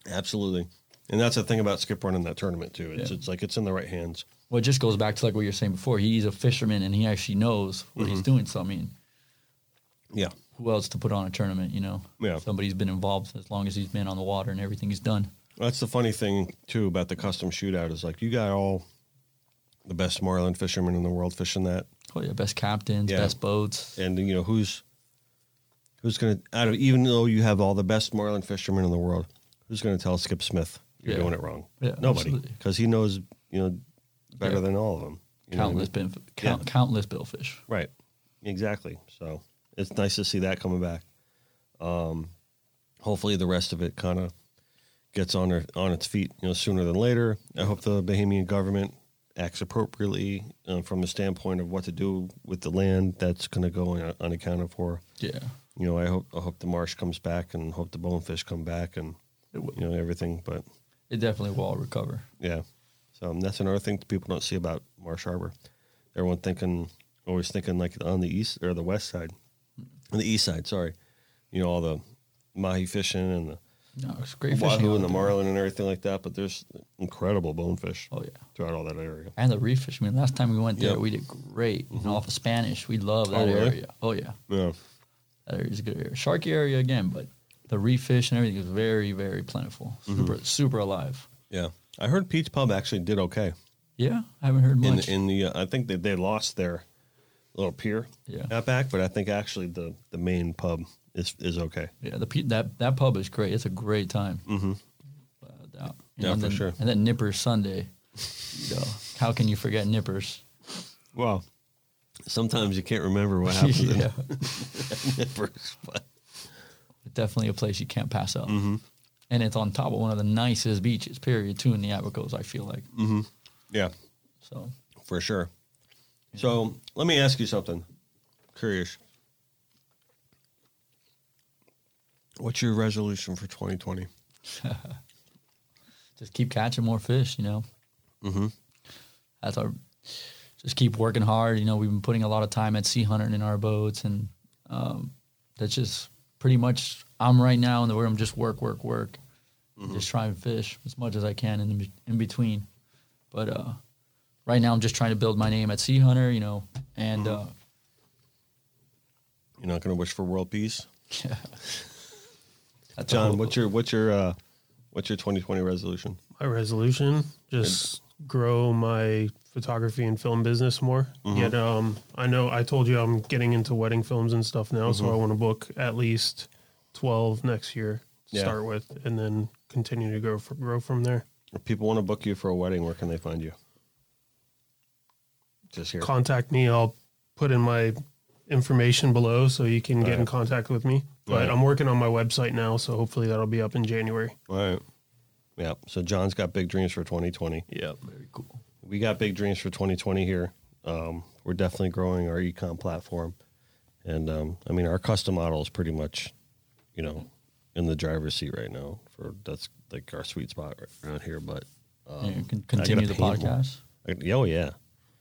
Absolutely. And that's the thing about Skip running that tournament too. It's,
Yeah.
it's like it's in the right hands.
Well, it just goes back to like what you were saying before. He's a fisherman, and he actually knows what he's
Mm-hmm.
doing. So I mean,
Yeah.
who else to put on a tournament? You know,
Yeah.
somebody's been involved as long as he's been on the water and everything he's done.
That's the funny thing too about the custom shootout is like you got all the best marlin fishermen in the world fishing that,
Oh yeah, best captains,
Yeah.
best boats.
and you know who's who's gonna out of even though you have all the best marlin fishermen in the world, who's gonna tell Skip Smith you're
Yeah.
doing it wrong?
Yeah,
Nobody,
absolutely.
because he knows you know better
Yeah.
than all of them. You know what I mean?
Countless, bin, count,
Yeah.
countless billfish.
Right. Exactly. So it's nice to see that coming back. Um, hopefully the rest of it kind of gets on or, on its feet, you know, sooner than later. I hope the Bahamian government acts appropriately uh, from the standpoint of what to do with the land that's going to go un- unaccounted for.
Yeah,
You know, I hope I hope the marsh comes back and hope the bonefish come back and
It will.
you know everything. But
it definitely will recover.
yeah. So um, that's another thing that people don't see about Marsh Harbor. Everyone thinking, always thinking like on the east or the west side, on the east side. Sorry, you know all the mahi fishing and the
No, it's great fishing.
wahoo
out
and the
there.
marlin and everything like that. But there's incredible bonefish.
Oh, yeah.
throughout all that area.
and the reef fish. I mean, last time we went there,
Yep.
we did great. You know, off of Spanish, we love that
Mm-hmm. Oh, really?
area. Oh yeah,
Yeah,
that area's Uh, a good area. Sharky area again, but the reef fish and everything is very, very plentiful.
Mm-hmm.
Super, super alive.
yeah. I heard Pete's Pub actually did okay
Yeah, I haven't heard
in
much.
the, in the. Uh, I think that they lost their little pier
Yeah.
out back, but I think actually the the main pub is is okay.
yeah, the pe- that that pub is great. It's a great time. Mm-hmm. Without a doubt. You
Yeah,
and
for
then,
sure.
And then Nippers Sunday. you know, how can you forget Nippers?
Well, sometimes you can't remember what happened.
yeah,
at first, but
definitely a place you can't pass up.
Mm-hmm.
And it's on top of one of the nicest beaches, period, too, in the Abacos. I feel like
Mm. yeah,
so.
for sure. So let me ask you something. Curious. What's your resolution for 2020?
just keep catching more fish, you know. Mm-hmm. That's our. Just keep working hard. You know, we've been putting a lot of time at sea hunting in our boats, and um, that's just pretty much. I'm right now in the room, just work, work, work.
Mm-hmm.
Just try and fish as much as I can in the, in between. But uh, right now, I'm just trying to build my name at Sea Hunter. You know, and
Mm-hmm.
uh,
You're not going to wish for world peace,
that's a
John.
whole-
What's your what's your uh, what's your 2020 resolution?
My resolution just grow my photography and film business more.
Mm-hmm.
Get um I know I told you I'm getting into wedding films and stuff now,
Mm-hmm.
so I want to book at least 12 next year to
Yeah.
start with and then continue to grow from, grow from there.
If people want to book you for a wedding, where can they find you? Just here.
Contact me, I'll put in my information below so you can get in
Alright.
contact with me. But
Alright.
I'm working on my website now, so hopefully that'll be up in January.
All right. Yeah. So John's got big dreams for 2020.
Yep.
very cool.
we got big dreams for 2020 here. Um, we're definitely growing our econ platform, and um, I mean our custom model is pretty much, you know, in the driver's seat right now. For that's like our sweet spot right around here. But um,
you can
I
continue
gotta
the
pay more.
podcast.
I- yeah, oh yeah,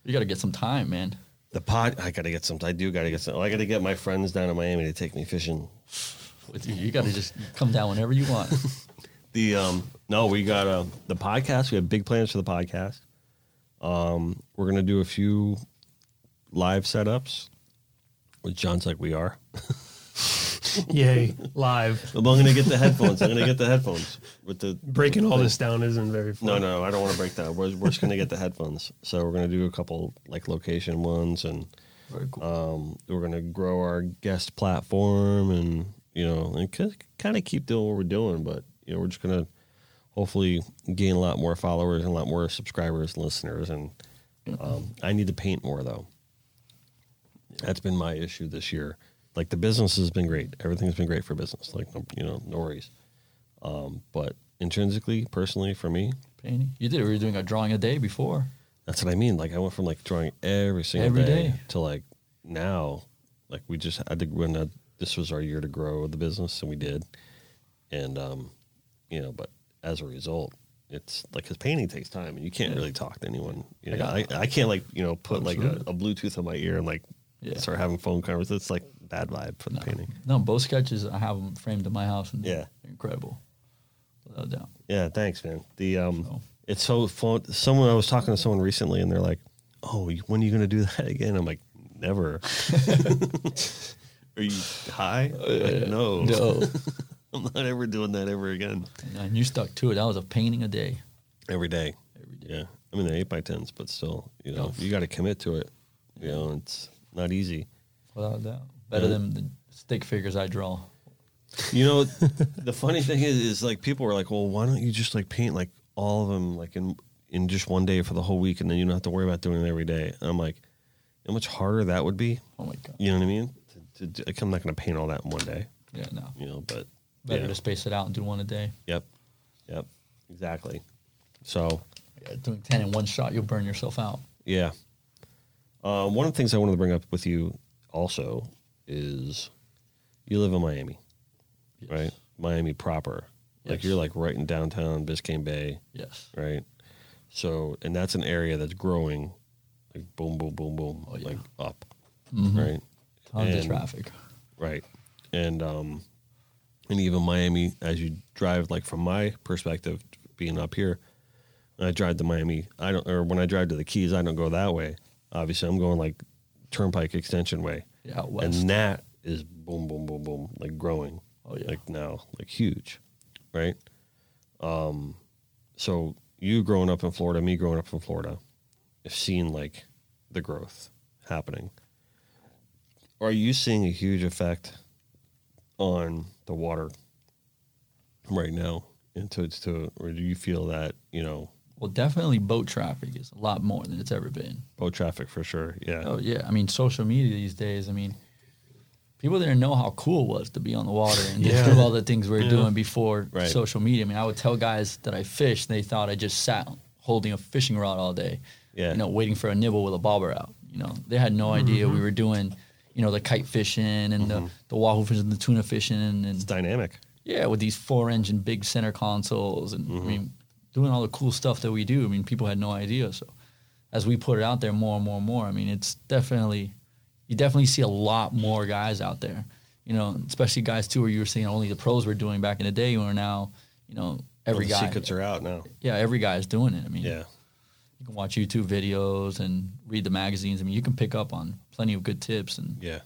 You got to get some time, man.
the pod. I gotta get some. I do gotta get some. I gotta get my friends down in Miami to take me fishing.
With you, you got to just come down whenever you want.
The um no, we got uh, the podcast. We have big plans for the podcast. Um, we're gonna do a few live setups. With John's like we are.
Yay, live.
I'm gonna get the headphones. I'm gonna get the headphones with the
Breaking all this down isn't very fun.
No, no, I don't want to break that. We're, we're just gonna get the headphones. So we're gonna do a couple like location ones, and
Very cool.
um, we're gonna grow our guest platform, and you know, and kind of keep doing what we're doing, but you know, we're just gonna hopefully gain a lot more followers and a lot more subscribers and listeners. And um, I need to paint more though. That's been my issue this year. Like the business has been great. Everything's been great for business. Like no- you know, no worries. Um, but intrinsically, personally, for me,
Painting. You did. We were doing a drawing a day before.
that's what I mean. Like I went from like drawing every single
Every
day,
day.
to like now, like we just had to when uh, this was our year to grow the business, and we did, and um, you know, but as a result, it's like because painting takes time, and you can't really talk to anyone. You know, I, I can't like you know put like a, a Bluetooth on my ear and like
Yeah.
start having phone conversations. It's like bad vibe for the painting.
No, both sketches I have them framed in my house. And
Yeah.
they're incredible, without a doubt.
Yeah, thanks, man. The um,
So-
it's so fun. Someone I was talking to someone recently, and they're like, "Oh, you- when are you gonna do that again?" I'm like, "Never." are you high? Like, no,
No,
I'm not ever doing that ever again.
uh, and you stuck to it. That was a painting a day.
Every day. Every day. Yeah, I mean they're eight by tens, but still, you know, you got to commit to it. You know, it's not easy.
Without a doubt. Better
Yeah.
than the stick figures I draw.
You know, the funny thing is, is like people were like, "Well, why don't you just like paint like all of them like in in just one day for the whole week, and then you don't have to worry about doing it every day?" And I'm like, "How much harder that would be?"
Oh my god.
You know what I mean? To, to, like, I'm not going to paint all that in one day.
Yeah, no.
You know, but
Better
yeah.
to space it out and do one a day.
Yep, yep, exactly. So
Yeah, doing ten in one shot, you'll burn yourself out.
Yeah. Um, one of the things I wanted to bring up with you also is you live in Miami, right? Miami proper. Like
Yes.
you're like right in downtown Biscayne Bay,
Yes.
right? So, and that's an area that's growing like boom, boom, boom, boom,
Oh, yeah. Mm-hmm.
like up, right?
Tons
And-
of traffic.
Right. And um and even Miami as you drive like from my perspective being up here, I drive to Miami. I don't or when I drive to the Keys, I don't go that way. Obviously, I'm going like Turnpike Extension way.
Yeah, out west.
And that is boom boom boom boom like growing.
Oh, yeah.
Like now, like huge. Right? Um so you growing up in Florida, me growing up in Florida, have seen like the growth happening are you seeing a huge effect on the water right now? And to, to or do you feel that you know
Well, definitely boat traffic is a lot more than it's ever been.
boat traffic for sure? Yeah,
Oh yeah, I mean social media these days. I mean, people didn't know how cool it was to be on the water and just do all the things we were doing before
Right.
social media. I mean, I would tell guys that I fished, they thought I just sat holding a fishing rod all day,
Yeah.
you know, waiting for a nibble with a bobber out. You know, they had no idea
Mm-hmm.
we were doing, you know, the kite fishing and the, the wahoo fishing, and the tuna fishing, and,
it's
and
dynamic.
yeah, with these four engine big center consoles and I mean,
Mm-hmm.
doing all the cool stuff that we do. I mean, people had no idea. So as we put it out there more and more and more, I mean, it's definitely you definitely see a lot more guys out there. You know, especially guys too, where you were saying only the pros were doing back in the day, where now you know every
All
guy,
the secrets are out now.
yeah, every guy is doing it. I mean,
Yeah,
you can watch YouTube videos and read the magazines. I mean, you can pick up on plenty of good tips, and
yeah,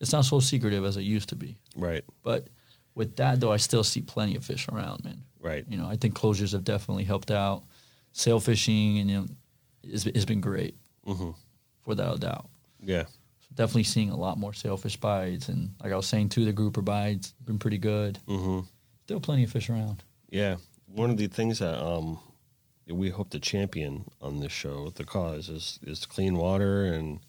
it's not so secretive as it used to be.
right,
But with that though, I still see plenty of fish around, man.
right.
You know, I think closures have definitely helped out. Sail fishing and you know, it's, it's been great,
Mm-hmm.
without a doubt.
Yeah,
definitely seeing a lot more sailfish bites, and like I was saying too, the grouper bites been pretty good. Mm-hmm. Still plenty of fish around.
yeah. One of the things that um we hope to champion on this show, the cause is is clean water and um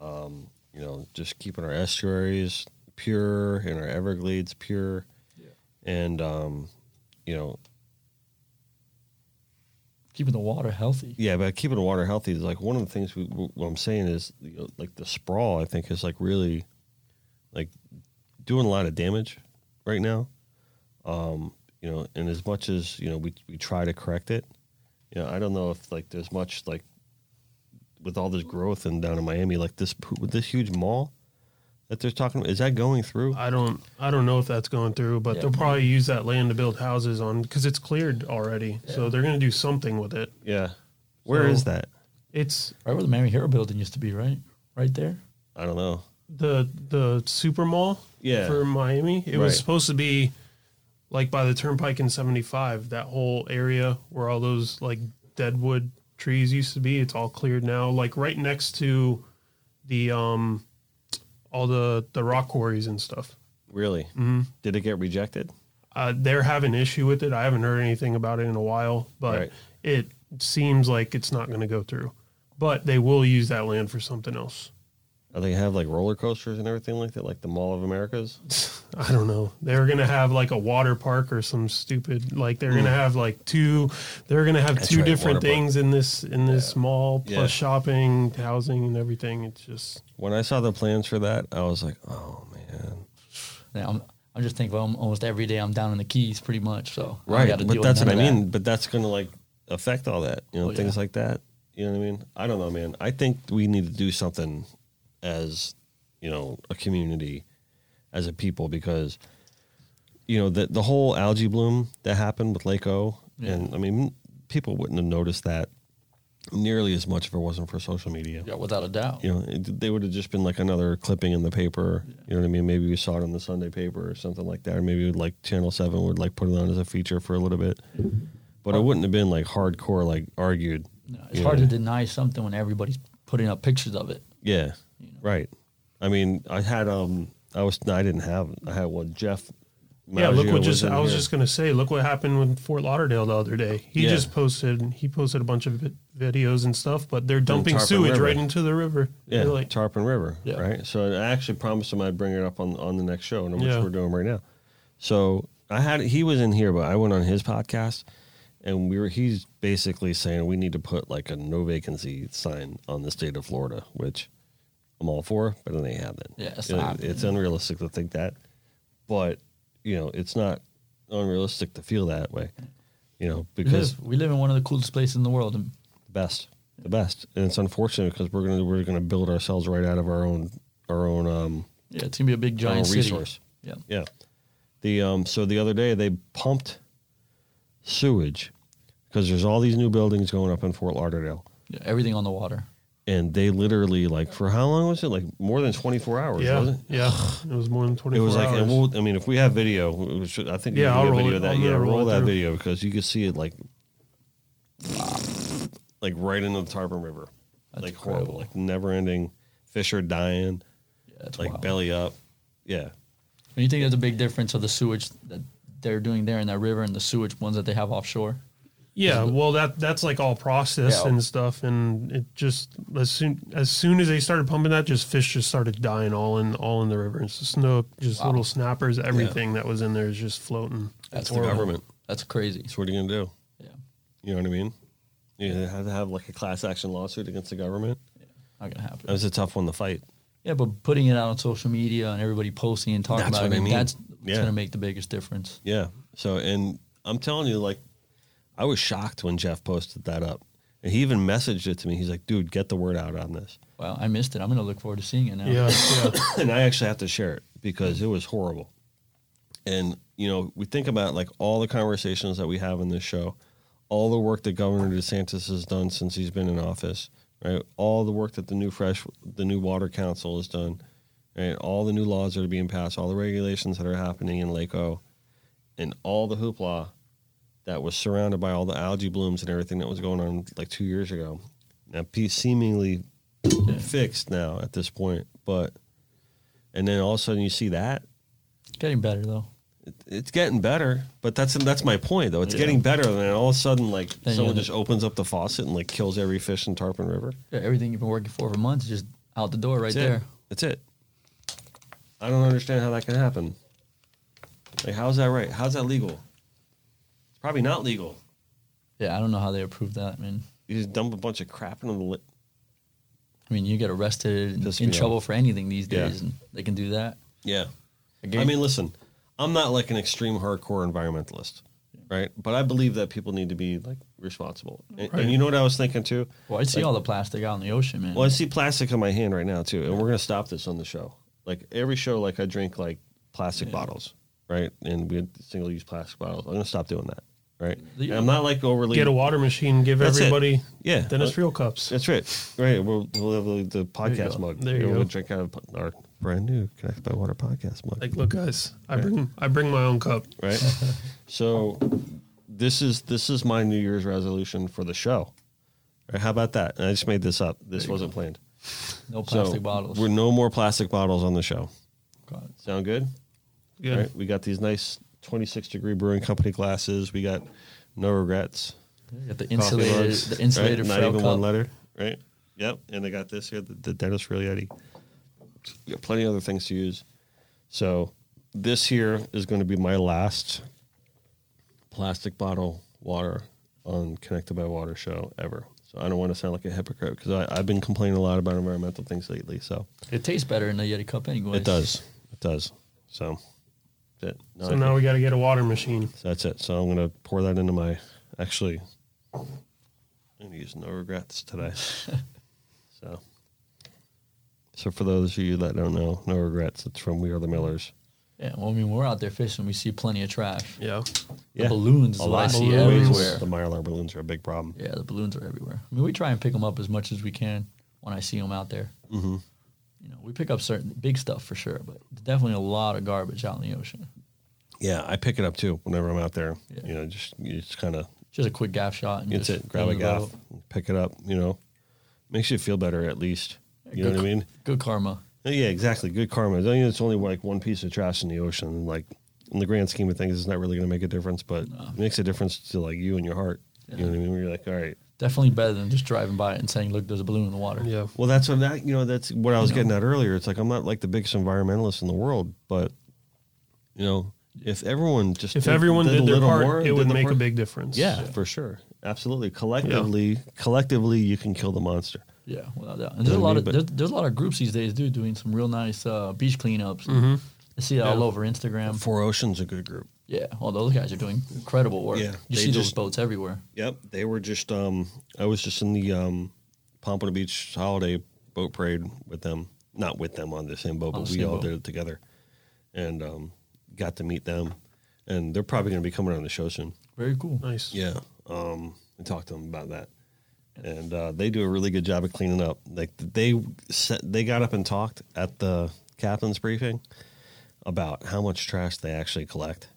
you know just keeping our estuaries pure and our Everglades pure.
Yeah.
and um, you know
keeping the water healthy.
Yeah, but keeping water healthy is like one of the things. We, what I'm saying is, you know, like the sprawl, I think is like really, like, doing a lot of damage right now. Um, you know, and as much as you know, we we try to correct it. You know, I don't know if like there's much like with all this growth and down in Miami, like this with this huge mall that they're talking about, is that going through?
I don't I don't know if that's going through, but
Yeah.
they'll probably use that land to build houses on because it's cleared already. So they're gonna do something with it.
Yeah, where is that?
It's
Right where the Miami Hero building used to be, right? Right there.
I don't know.
the the super mall
Yeah.
for Miami. It
Right.
was supposed to be like by the turnpike in seventy five, that whole area where all those like deadwood trees used to be, it's all cleared now. Like right next to the um all the the rock quarries and stuff.
Really? Did it get rejected?
Uh, they're having issue with it. I haven't heard anything about it in a while, but
Right.
it seems like it's not going to go through. But they will use that land for something else.
Are they have like roller coasters and everything like that, like the Mall of Americas?
I don't know. They're gonna have like a water park or some stupid like they're gonna have like two they're gonna have
Mm. That's
two
right,
different
water park.
things in this in this mall plus
Yeah.
shopping, housing and everything. It's just
When I saw the plans for that, I was like, oh man.
Now, I'm, I'm just thinking, well, I'm, almost every day I'm down in the Keys, pretty much. So I
Right.
gotta
But
deal
that's
with
what I
none of that.
mean. But that's going to like affect all that, you know,
Oh, yeah.
things like that. You know what I mean? I don't know, man. I think we need to do something as, you know, a community, as a people, because, you know, the, the whole algae bloom that happened with Lake O, and I mean, people wouldn't have noticed that nearly as much if it wasn't for social media.
Yeah, without a doubt.
you know, it, they would have just been like another clipping in the paper. You know what I mean? Maybe we saw it on the Sunday paper or something like that, or maybe like Channel Seven would like put it on as a feature for a little bit, but it wouldn't have been like hardcore, like argued.
No, it's hard to deny something when everybody's putting up pictures of it.
Yeah, right. I mean, I had um, I was no, I didn't have I had one Jeff.
yeah, look
Maggio
what just
in
I was
here.
just gonna say, look what happened with Fort Lauderdale the other day. He
Yeah.
just posted he posted a bunch of vi- videos and stuff, but they're dumping
Tarpon
sewage
River.
right into the river.
Yeah,
They're like
Tarpon River.
Yeah.
Right. So I actually promised him I'd bring it up on on the next show, which
Yeah.
we're doing right now. So I had he was in here, but I went on his podcast, and we were he's basically saying we need to put like a no vacancy sign on the state of Florida, which I'm all for, but then they haven't.
Yeah, it's
You know,
not happening.
it's unrealistic to think that, but you know it's not unrealistic to feel that way. You know
We
because
live, we live in one of the coolest places in the world. And
the best, the best. And it's unfortunate because we're gonna we're gonna build ourselves right out of our own our own um
yeah, it's going to be a big,
our own
giant city.
resource.
Yeah.
Yeah. The um so the other day they pumped sewage because there's all these new buildings going up in Fort Lauderdale.
yeah. Everything on the water.
And they literally like for how long was it? Like more than 24 hours,
Yeah,
wasn't it?
yeah. It was more than twenty
It
four
was
hours.
like, and we'll, I mean, if we have video, we should, I think we
Yeah,
can
I'll
get
roll
video
it-
of that.
I'm
yeah,
gonna roll
roll
it
that
through.
video because you can see it like, like right into the Tarpon River, like horrible,
incredible.
like never ending. Fish are dying,
Yeah, it's
like
wild.
belly up. Yeah,
And you think there's a big difference of the sewage that they're doing there in that river and the sewage ones that they have offshore?
Yeah, well, that that's like all processed
Yeah.
and stuff, and it just as soon as soon as they started pumping that, just fish just started dying all in all in the river. It's just no, just little snappers. Everything that was in there is just floating.
that's the government.
That's crazy.
So what are you gonna do?
Yeah.
You know what I mean? You have to have like a class action lawsuit against the government.
Not going to happen.
That was a tough one to fight.
Yeah, but putting it out on social media and everybody posting and talking
That's
about
what
it,
I mean.
that's
Yeah.
going to make the biggest difference.
Yeah. So, and I'm telling you, like, I was shocked when Jeff posted that up, and he even messaged it to me. He's like, "Dude, get the word out on this."
Well, I missed it. I'm going to look forward to seeing it now.
Yeah, yeah.
and I actually have to share it because it was horrible. And you know, we think about like all the conversations that we have in this show, all the work that Governor DeSantis has done since he's been in office, right? All the work that the new fresh, the new water council has done, right? All the new laws that are being passed, all the regulations that are happening in Lake O, and all the hoopla that was surrounded by all the algae blooms and everything that was going on like two years ago. Now, piece seemingly fixed now at this point, but and then all of a sudden you see that
Getting better, though.
it, it's getting better. But that's that's my point though. It's getting better, and then all of a sudden like
Then
someone
you-
just opens up the faucet and like kills every fish in Tarpon River.
Yeah, everything you've been working for for months is just out the door right
That's
there.
It. That's it. I don't understand how that can happen. Like, how's that right? How's that legal? It's probably not legal.
Yeah, I don't know how they approved that. I mean,
You just dump a bunch of crap into the li-
I mean, you get arrested and
Piss
in
me
trouble for anything these
Yeah.
days, and they can do that.
Yeah.
Again-
I mean, listen, I'm not like an extreme hardcore environmentalist, right? But I believe that people need to be like responsible. And, and you know what I was thinking too?
Well, I see all the plastic out in the ocean, man.
Well, I see plastic in my hand right now too, and we're gonna stop this on the show. Like every show, like I drink like plastic bottles, right? And we had single use plastic bottles. I'm gonna stop doing that, right?
The-
And I'm not like overly.
Get a water machine, give
That's it.
everybody
Yeah.
Dennis Real cups.
That's right, right. We'll, we'll have the podcast
go.
mug.
There you
we'll
go.
drink out of our brand new Connected by Water podcast mug.
Like, look, guys, I bring I bring my own cup.
right? so this is this is my New Year's resolution for the show. Right, how about that? And I just made this up. This wasn't planned.
no plastic
so
bottles.
We're no more plastic bottles on the show.
God.
Sound good?
Yeah,
Right. We got these nice 26 degree brewing company glasses. We got no regrets.
Got the
coffee
insulated,
mugs,
the insulated
right? Not
Frail
even
cup.
one letter. Right. Yep. And they got this here, the, the Dennis Realietti. We got plenty of other things to use. So this here is going to be my last plastic bottle water on Connected by Water show ever. So I don't want to sound like a hypocrite because I've been complaining a lot about environmental things lately. So
It tastes better in the Yeti cup, anyway.
it does. It does. So that's it. No, I
So
think-
now we got to get a water machine.
so that's it. So I'm gonna pour that into my. Actually, I'm gonna use no regrets today. so, so for those of you that don't know, no regrets. It's from We Are the Millers.
Yeah, well, I mean, we're out there fishing. We see plenty of trash.
Yeah,
The balloons,
a
is what
lot
I
of
see
balloons.
everywhere.
The Mylar balloons are a big problem.
Yeah, the balloons are everywhere. I mean, we try and pick them up as much as we can when I see them out there. Mm-hmm. You know, we pick up certain big stuff for sure, but definitely a lot of garbage out in the ocean.
Yeah, I pick it up too whenever I'm out there.
Yeah.
You know, just you just kind of
Just a quick gaff shot. And
gets
just
it, grab a
move
gaff,
out.
pick it up. You know, makes you feel better at least. You know
Good
what I
ca-
mean?
Good karma.
Oh, Yeah, exactly. Good karma. I mean, it's only like one piece of trash in the ocean. Like in the grand scheme of things, it's not really going to make a difference, but it makes a difference to like you and your heart. You know what I mean? Where you're like, all right.
Definitely better than just driving by it and saying, "Look, there's a balloon in the water."
yeah.
Well, that's what that you know. That's what I was getting at earlier. It's like I'm not like the biggest environmentalist in the world, but you know, if everyone just
If everyone did,
a
their
little
part,
more,
it
did
would
the
make a
part-
big difference.
Yeah, for sure, absolutely. Collectively, collectively, you can kill the monster.
Yeah, without doubt. And there's a lot of
But-
there's, there's a lot of groups these days, dude, doing some real nice uh, beach cleanups.
Mm-hmm.
I see that all over Instagram.
Four Ocean's a good group.
Yeah, all those guys are doing incredible work.
Yeah,
you
they
see those
just-
boats everywhere.
Yep, they were just. Um, I was just in the um, Pompano Beach holiday boat parade with them. Not with them on the same boat,
On
but
the
we
same
all
boat.
did it together, and um, got to meet them. And they're probably going to be coming on the show soon.
Very cool.
nice.
Yeah, um, I talked to them about that, and uh, they do a really good job of cleaning up. Like they set, they got up and talked at the captain's briefing about how much trash they actually collect.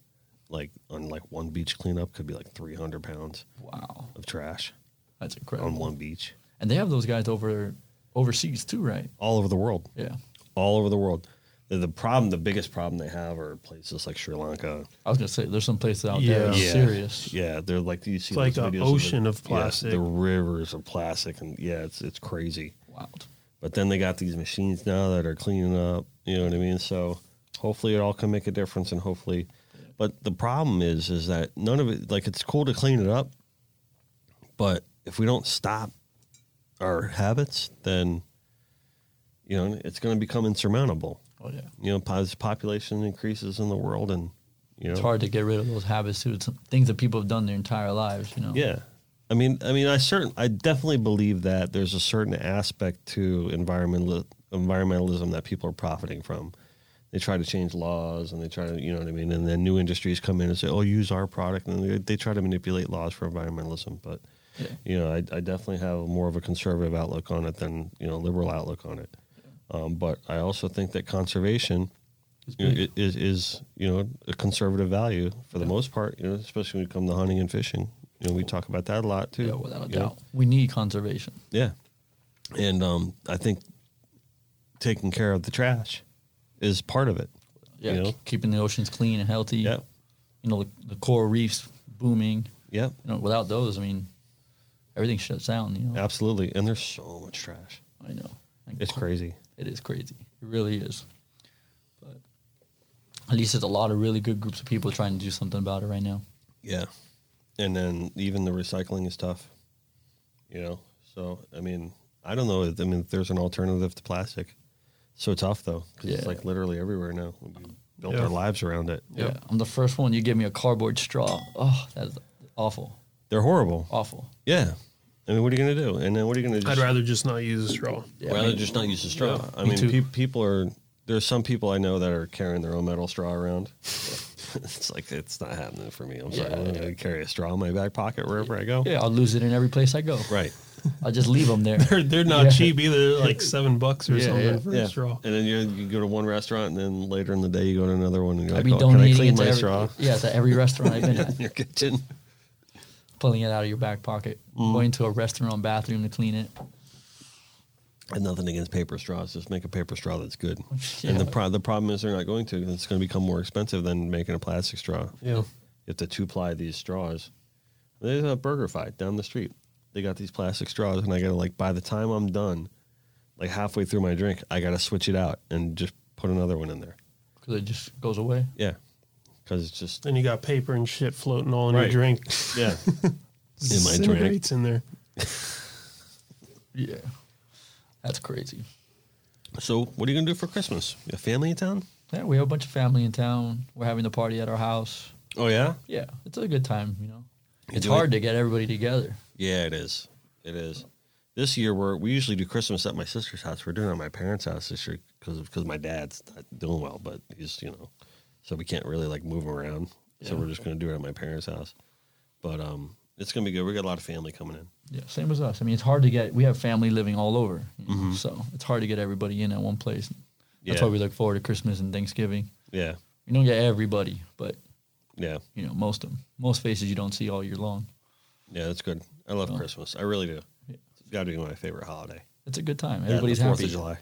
Like on like one beach cleanup could be like three hundred pounds
Wow,
of trash
that's
on
incredible.
one beach
And they have those guys over overseas too, right?
all over the world
Yeah.
all over the world the, the problem the biggest problem they have are places like sri lanka
I was gonna say there's some places out there
Yeah.
that's
Yeah.
serious.
yeah they're like you see
like
those
a
videos
ocean
the,
of
yeah,
plastic.
the rivers of plastic and yeah it's it's crazy
Wild.
but then they got these machines now that are cleaning up you know what i mean so hopefully it all can make a difference and hopefully but the problem is is that none of it like it's cool to clean it up but if we don't stop our habits then you know it's going to become insurmountable
Oh yeah.
you know as population increases in the world and you know
It's hard to get rid of those habits too. It's some things that people have done their entire lives. You know.
Yeah. I mean, I mean, I certain, I definitely believe that there's a certain aspect to environmental environmentalism that people are profiting from. They try to change laws, and they try to, you know what I mean. And then new industries come in and say, "Oh, use our product," and they, they try to manipulate laws for environmentalism. But
Yeah.
you know, I, I definitely have more of a conservative outlook on it than you know liberal outlook on it. Um, but I also think that conservation you know, i- is is you know a conservative value for the most part. You know, especially when it comes to hunting and fishing. You know, we talk about that a lot too.
Yeah, without a
you know?
doubt. We need conservation.
Yeah, and um, I think taking care of the trash is part of it.
Yeah.
you know?
keep- Keeping the oceans clean and healthy.
Yeah.
You know the, the coral reefs booming.
Yeah,
You know, without those, I mean, everything shuts down. You know.
absolutely. And there's so much trash.
I know. And
It's
cr-
crazy.
It is crazy. It really is. But at least there's a lot of really good groups of people trying to do something about it right now.
Yeah. and then even the recycling is tough. You know, so I mean, I don't know. if- I mean, if there's an alternative to plastic. So tough though, 'cause it's
Yeah.
like literally everywhere now. We built
Yeah.
our lives around it.
Yeah. I'm the first one. You give me a cardboard straw. Oh, that's awful.
They're horrible.
Awful.
Yeah. I mean, what are you gonna do? And then what are you gonna? Just,
I'd rather just not use a straw.
Yeah,
rather
I mean,
just not use the straw. I
me
mean,
too.
peop people are. There's some people I know that are carrying their own metal straw around. it's like it's not happening for me. I'm sorry.
Yeah.
I'm gonna carry a straw in my back pocket wherever I go.
Yeah, I'll lose it in every place I go.
Right.
I'll just leave them there.
They're, they're not
Yeah.
cheap either. They're like seven bucks or
Yeah,
something
yeah.
for
Yeah.
a straw.
And then you, you go to one restaurant, and then later in the day you go to another one. And you're
I'd
like,
be
oh, can I
donating
clean
it to
my
every,
straw
yeah to every restaurant I've been at.
in your kitchen?
Pulling it out of your back pocket,
Mm-hmm.
going to a restaurant bathroom to clean it.
And nothing against paper straws. Just make a paper straw that's good.
Yeah.
And the pro- the problem is they're not going to. 'cause It's going to become more expensive than making a plastic straw.
Yeah.
You have to two ply these straws. There's a burger fight down the street. They got these plastic straws, and I gotta like by the time I'm done, like halfway through my drink, I gotta switch it out and just put another one in there.
because it just goes away.
Yeah, because it's just
Then you got paper and shit floating all in
Right.
your drink.
yeah.
in
my drink.
in there.
Yeah, that's crazy.
so what are you gonna do for Christmas? A family in town?
Yeah, we have a bunch of family in town. We're having the party at our house.
Oh yeah,
Yeah, it's a good time. You know, it's
do it-
hard to get everybody together.
yeah. It is. It is. This year we're we usually do Christmas at my sister's house. We're doing it at my parents' house this year because because my dad's not doing well, but he's you know, so we can't really like move him around. So
Yeah.
we're just gonna do it at my parents' house. But um, it's gonna be good. We got a lot of family coming in.
Yeah, same as us. I mean, it's hard to get. We have family living all over, you know, so it's hard to get everybody in at one place. That's
Mm-hmm. Yeah.
why we look forward to Christmas and Thanksgiving.
Yeah,
We don't get everybody, but
yeah,
you know, most of them, most faces you don't see all year long.
yeah. That's good. I love Christmas. I really do.
Oh. Yeah.
It's got to be my favorite holiday.
It's a good time.
Yeah, the
Everybody's
Fourth
happy.
of July.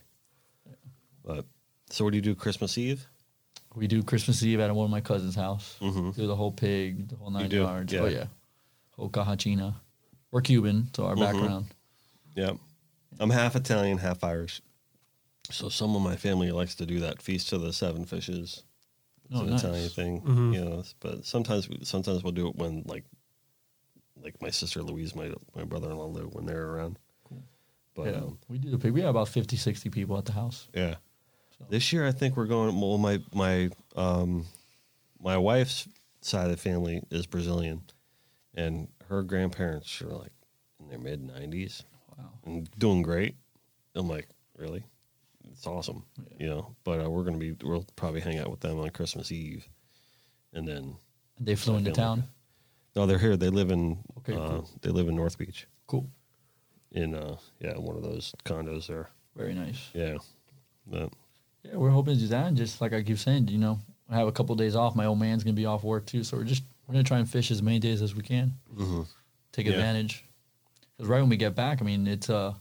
But so what do you do Christmas Eve?
We do Christmas Eve at one of my cousin's house.
Mhm.
Do the whole pig, the whole nine
do,
yards.
yeah.
Oh yeah, whole cajachina. We're Cuban, so
Mm-hmm.
our background.
Yeah. I'm half Italian, half Irish. So some of my family likes to do that feast of the seven fishes. It's
Oh,
an
nice.
Italian thing, you know. But sometimes, we- sometimes we'll do it when like, like my sister Louise, my my brother in law Lou, when they're around. But
yeah,
um,
we do the pig. We have about 50, 60 people at the house.
Yeah. This year, I think we're going. Well, my my um, my wife's side of the family is Brazilian, and her grandparents are like in their mid nineties
Wow.
and doing great. I'm like, really? It's awesome, you know. But uh, we're gonna be. We'll probably hang out with them on Christmas Eve, and then
And they flew into
family.
town.
no, they're here. They live in.
Okay,
uh,
cool.
They live in North Beach,
Cool.
in uh, yeah, one of those condos there.
Very nice.
Yeah, but,
Yeah, we're hoping to do that. And just like I keep saying, you know, I have a couple days off. My old man's gonna be off work too, so we're just we're gonna try and fish as many days as we can. Take
Mm-hmm. Yeah.
advantage. Because right when we get back, I mean, it's uh,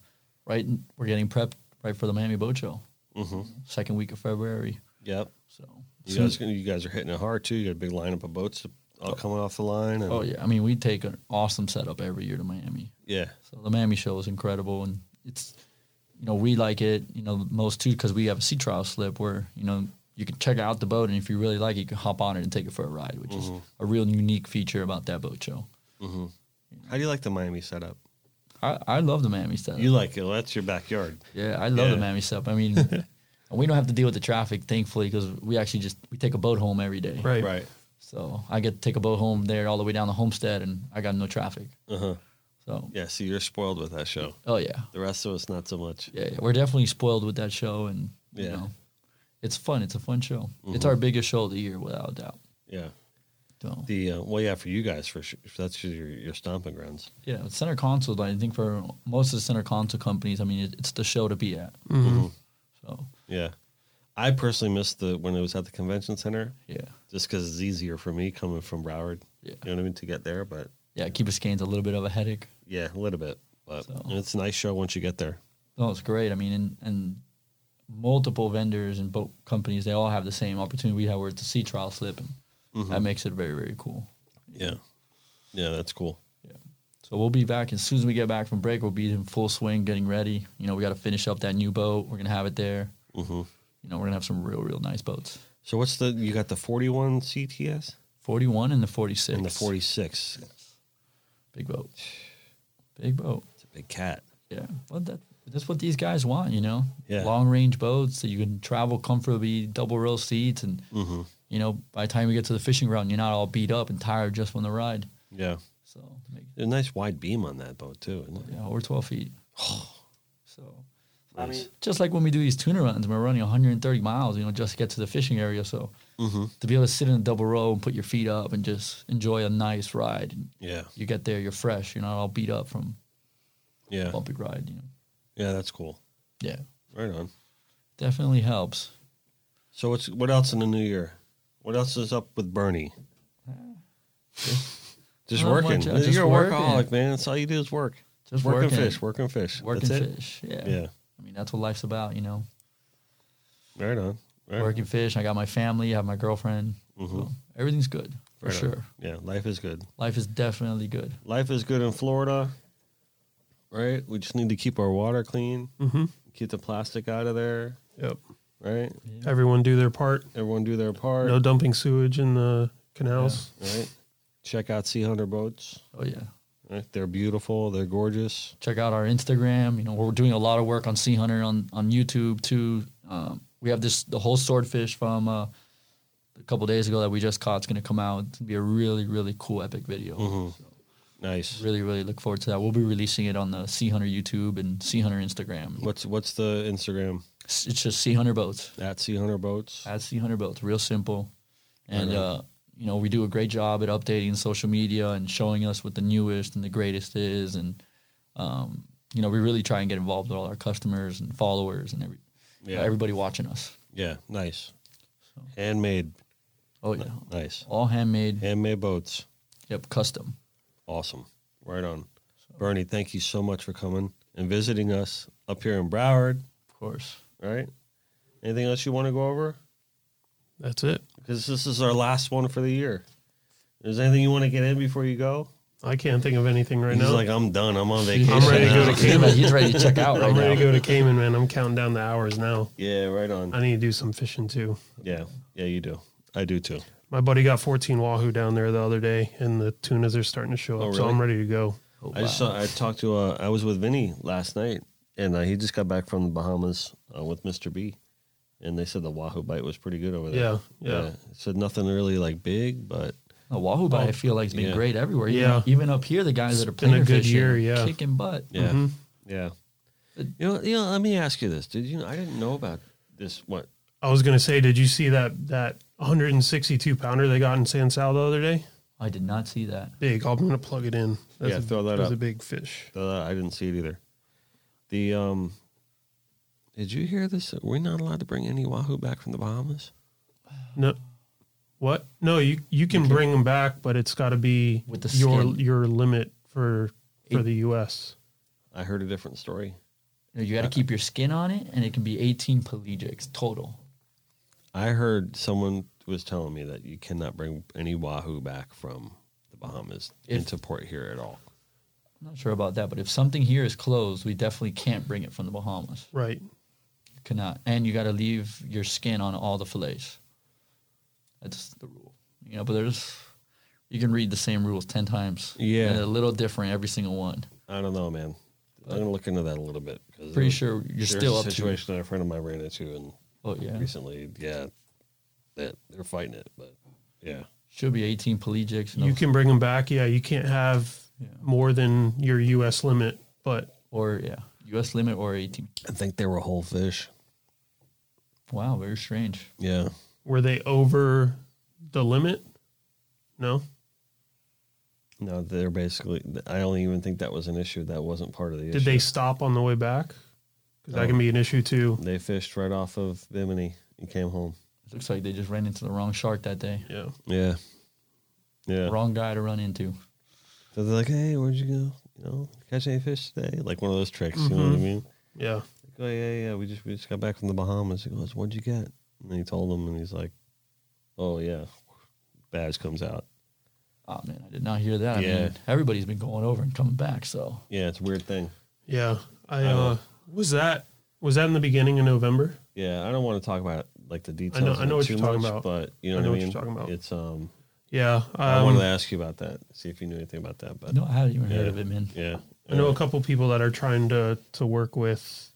right. We're getting prepped right for the Miami Boat Show,
hmm
second week of February.
yep.
So
You
soon-
guys, you guys are hitting it hard too. You got a big lineup of boats all coming off the line. And
Oh yeah, I mean we take an awesome setup every year to Miami.
yeah,
So the Miami show is incredible, and it's you know we like it you know most too because we have a sea trial slip where you know you can check out the boat and if you really like it, you can hop on it and take it for a ride, which
Mm-hmm.
is a real unique feature about that boat show.
How do you like the Miami setup?
I, I love the Miami setup.
You like it? Well, that's your backyard.
yeah, I love
Yeah.
the Miami setup. I mean, and we don't have to deal with the traffic thankfully because we actually just we take a boat home every day.
Right.
So I get to take a boat home there all the way down to Homestead, and I got no traffic.
Uh huh.
So
Yeah. See, you're spoiled with that show.
oh yeah,
The rest of us, not so much.
yeah, yeah. We're definitely spoiled with that show, and you
Yeah. Mm-hmm.
know, it's fun. It's a fun show. It's our biggest show of the year, without a doubt.
Yeah.
So
The uh, well, yeah, for you guys, for sure. That's your your stomping grounds.
yeah, with center console. I think for most of the center console companies, I mean, it, it's the show to be at.
Mm-hmm.
So
Yeah. I personally missed the when it was at the convention center,
yeah,
just because it's easier for me coming from Broward.
Yeah.
You know what I mean to get there, but
yeah. Keep Scane's a little bit of a headache.
yeah, a little bit. But
So-
it's a nice show once you get there.
No, it's great. I mean, and, and multiple vendors and boat companies, they all have the same opportunity we have, where it's a sea trial slip, and
Mm-hmm.
that makes it very, very cool.
Yeah. Yeah, that's cool.
So we'll be back as soon as we get back from break. We'll be in full swing, getting ready. You know, we got to finish up that new boat. We're gonna have it there.
Mm-hmm.
You know, we're gonna have some real, real nice boats.
So what's the you got the 41 CTS
Forty-one and the forty-six.
and the 46.
Big boat. Big boat.
It's a big cat.
Yeah. Well, that, that's what these guys want, you know?
Yeah.
Long range boats that you can travel comfortably, double row seats. And, you know, by the time you get to the fishing ground, you're not all beat up and tired just from the ride.
Yeah.
So, make,
A nice wide beam on that boat too, isn't it?
yeah, over 12 feet. so,
Nice.
just like when we do these tuna runs, we're running 130 miles, you know, just to get to the fishing area. So,
Mm-hmm.
to be able to sit in a double row and put your feet up and just enjoy a nice ride. And
yeah.
you get there, you're fresh, you're not all beat up from
Yeah.
bumpy ride, you know?
Yeah, that's cool.
Yeah.
Right on.
Definitely helps.
So what's what else in the new year? What else is up with Bernie? Just
Not
working.
much, uh, just
You're a
working.
workaholic, man. That's all you do is work.
Just
work
working.
and fish. Work and fish.
Working
That's it?
fish. Yeah.
Yeah.
I mean, that's what life's about, you know?
Right on. Right. Mm-hmm.
Working fish. I got my family. I have my girlfriend. So everything's good for
right on.
sure.
Yeah. Life is good.
Life is definitely good.
Life is good in Florida. Right. We just need to keep our water clean. Mm-hmm. Keep the plastic out of there.
Yep.
Right.
Everyone do their part.
Everyone do their part.
No dumping sewage in the canals.
Right. Check out Sea Hunter boats.
Oh, yeah.
Right? They're beautiful. They're gorgeous.
Check out our Instagram. You know, we're doing a lot of work on Sea Hunter on, on YouTube too. Um, we have this, the whole swordfish from uh, a couple days ago that we just caught. It's going to come out. It's going to be a really, really cool, epic video. So
Nice.
really, really look forward to that. We'll be releasing it on the Sea Hunter YouTube and Sea Hunter Instagram.
What's what's the Instagram?
It's it's just Sea Hunter Boats.
At Sea Hunter Boats.
at Sea Hunter Boats, real simple. And
Right on.
uh, you know, we do a great job at updating social media and showing us what the newest and the greatest is. And um, you know, we really try and get involved with all our customers and followers and every
Yeah.
everybody watching us.
Yeah, nice. Handmade.
Oh yeah,
Nice.
all handmade.
Handmade boats.
Yep, custom.
Awesome. Right on. Bernie, thank you so much for coming and visiting us up here in Broward.
Of course.
All right. Anything else you want to go over?
That's it.
Because this is our last one for the year. Is there anything you want to get in before you go?
I can't think of anything right
He's
now.
like, I'm done. I'm on vacation.
I'm ready to go
now."
to Cayman.
He's ready to check out right
I'm ready
now.
to go to Cayman, man. I'm counting down the hours now.
Yeah, right on.
I need to do some fishing too.
Yeah, yeah, you do. I do too.
My buddy got 14 wahoo down there the other day, and the tunas are starting to show up.
Oh,
So
really?
I'm ready to go.
Oh,
I just saw, I talked to uh, I was with Vinny last night, and uh, he just got back from the Bahamas uh, with Mr. B, and they said the wahoo bite was pretty good over there.
Yeah, yeah.
Said nothing really like big, but
The Wahoo bite, I feel like, has been
Oh, yeah.
great everywhere. Even,
Yeah.
even up here, the guys that are
been a
playing
good
fishing,
year,
are
yeah.
kicking butt.
yeah,
Mm-hmm.
yeah. You know, you know. Let me ask you this: Did you? know I didn't know about this. What?
I was gonna say, did you see that that 162 pounder they got in San Sal the other day?
I did not see that.
Big. I'm gonna plug it in. That's
Yeah,
a,
throw that
that's a
up.
big fish.
Uh, I didn't see it either. The um. Did you hear this? We're not allowed to bring any wahoo back from the Bahamas.
No, what? No, you you can bring them back, but it's got to be
With the
your
skin.
your limit for for the U.S.
I heard a different story.
You, know, you got to keep your skin on it, and it can be 18 pelagics total.
I heard someone was telling me that you cannot bring any wahoo back from the Bahamas
If-
into port here at all.
I'm not sure about that, but if something here is closed, we definitely can't bring it from the Bahamas.
Right.
You cannot, and you got to leave your skin on all the fillets. That's the rule, you know. But there's, you can read the same rules ten times.
Yeah.
and a little different every single one.
I don't know, man. I'm gonna look into that a little bit. 'cause
Pretty
there-
sure you're
there's
still
a
up to.
situation that a friend of mine ran into, and
Oh yeah,
recently, yeah, that they're fighting it, but yeah,
should be 18 pelagics. No,
You can bring them back. Yeah, you can't have more than your U.S. limit, but
or yeah, U.S. limit or 18.
I think they were whole fish.
Wow, very strange.
Yeah,
were they over the limit? No.
no, they're basically. I don't even think that was an issue. That wasn't part of the
Did
issue.
they stop on the way back? Because that can be an issue too.
They fished right off of Bimini and came home.
Looks like they just ran into the wrong shark that day.
Yeah.
Yeah, yeah.
Wrong guy to run into.
So they're like, hey, where'd you go? You know, catch any fish today? Like one of those tricks, you know what I
Mm-hmm.
mean?
Yeah.
Like, oh yeah, yeah, we just we just got back from the Bahamas. He goes, what'd you get? And he told him, and he's like, oh yeah, badge comes out.
Oh man, I did not hear that. I
Yeah.
mean, everybody's been going over and coming back. So
Yeah, it's a weird thing.
Yeah. I
know.
uh, was that was that in the beginning of November?
Yeah, I don't want to talk about like the details.
know-
of
I know
it
what
too
you're talking
much,
about.
but you know
I know
what I
what
mean.
you're talking about.
It's um,
Yeah,
I
um,
wanted to ask you about that. See if you knew anything about that. But
No, I haven't even heard
Yeah.
of it, man.
yeah,
I know a couple people that are trying to to work with,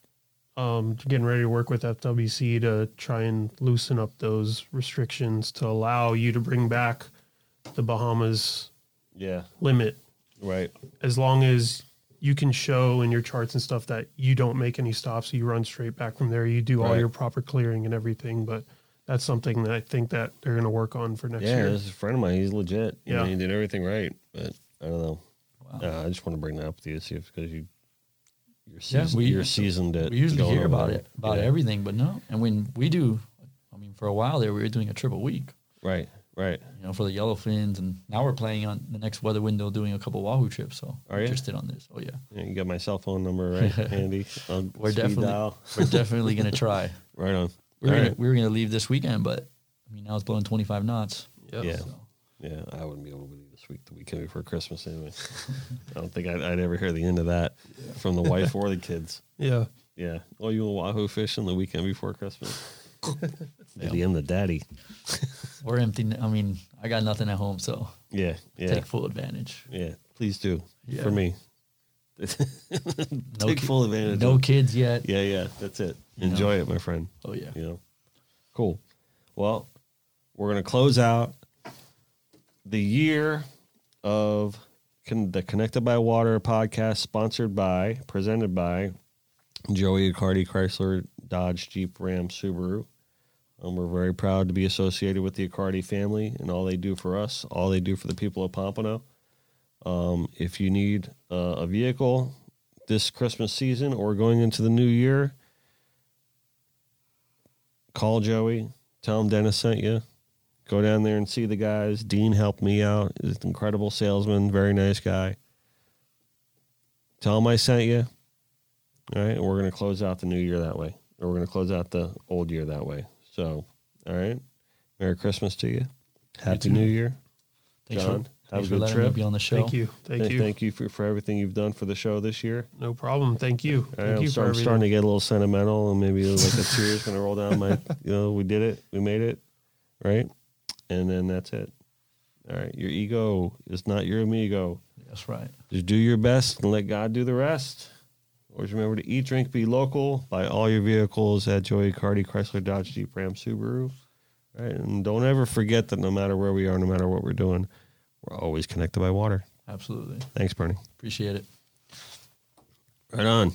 um, getting ready to work with FWC to try and loosen up those restrictions to allow you to bring back the Bahamas
yeah,
limit
right.
as long as you can show in your charts and stuff that you don't make any stops, you run straight back from there, you do all
Right.
your proper clearing and everything. But that's something that I think that they're going to work on for next
Yeah,
year.
this is a friend of mine. He's legit. You know,
Yeah.
he did everything right. But I don't know. Uh, I just want to bring that up to you, see if because you you're
Yeah,
seasoned,
we-
you're seasoned at
We usually
going
hear
over
about it, about
Yeah.
everything, but no. And when we do, I mean, for a while there, we were doing a triple week,
Right, right.
you know, for the yellow fins, and now we're playing on the next weather window, doing a couple Wahoo trips. So
Are
I'm
ya?
interested on this. Oh yeah,
Yeah, you got my cell phone number right handy. I'll
we're
speed
definitely
dial.
we're definitely gonna try.
right on.
We were,
All
gonna,
right.
we were gonna leave this weekend, but I mean, now it's blowing 25 knots.
Yeah.
So.
Yeah, I wouldn't be able to leave this week, the weekend before Christmas anyway. I don't think I'd, I'd ever hear the end of that from the wife or the kids.
yeah.
Yeah. Oh, you want wahoo fishing the weekend before Christmas? Daddy, I'm the daddy.
We're empty. n- I mean, I got nothing at home, so
Yeah, yeah,
take full advantage.
yeah. Please do
Yeah.
for me.
No
Take
ki-
full advantage.
No
of-
kids yet.
Yeah, yeah. That's it. Enjoy it, my friend.
Oh yeah.
You know. Cool. Well, we're gonna close out the year of con- the Connected by Water podcast, sponsored by, presented by Joey Accardi Chrysler Dodge Jeep Ram Subaru. Um, we're very proud to be associated with the Accardi family and all they do for us, all they do for the people of Pompano. Um, if you need uh, a vehicle this Christmas season or going into the new year, call Joey, tell him Dennis sent you. Go down there and see the guys. Dean helped me out. He's an incredible salesman, very nice guy. Tell him I sent you. All right, and we're going to close out the new year that way, or we're going to close out the old year that way. So, all right, Merry Christmas to you. Happy New Year.
Thanks
John,
for,
have a
thanks for
good
letting
trip.
me be on the show.
Thank you. Thank
Th-
you.
Thank you for, for everything you've done for the show this year.
No problem. Thank you.
All
Thank
right, I'm,
you
start- I'm
everything.
starting to get a little sentimental, and maybe like a tear is going to roll down my. You know, we did it, we made it, right? And then that's it. All right, your ego is not your amigo.
That's right.
Just do your best and let God do the rest. Always remember to eat, drink, be local. Buy all your vehicles at Joey Cardi Chrysler Dodge Jeep Ram Subaru. All Right, and don't ever forget that no matter where we are, no matter what we're doing, we're always connected by water.
Absolutely.
Thanks, Bernie.
Appreciate it.
Right on.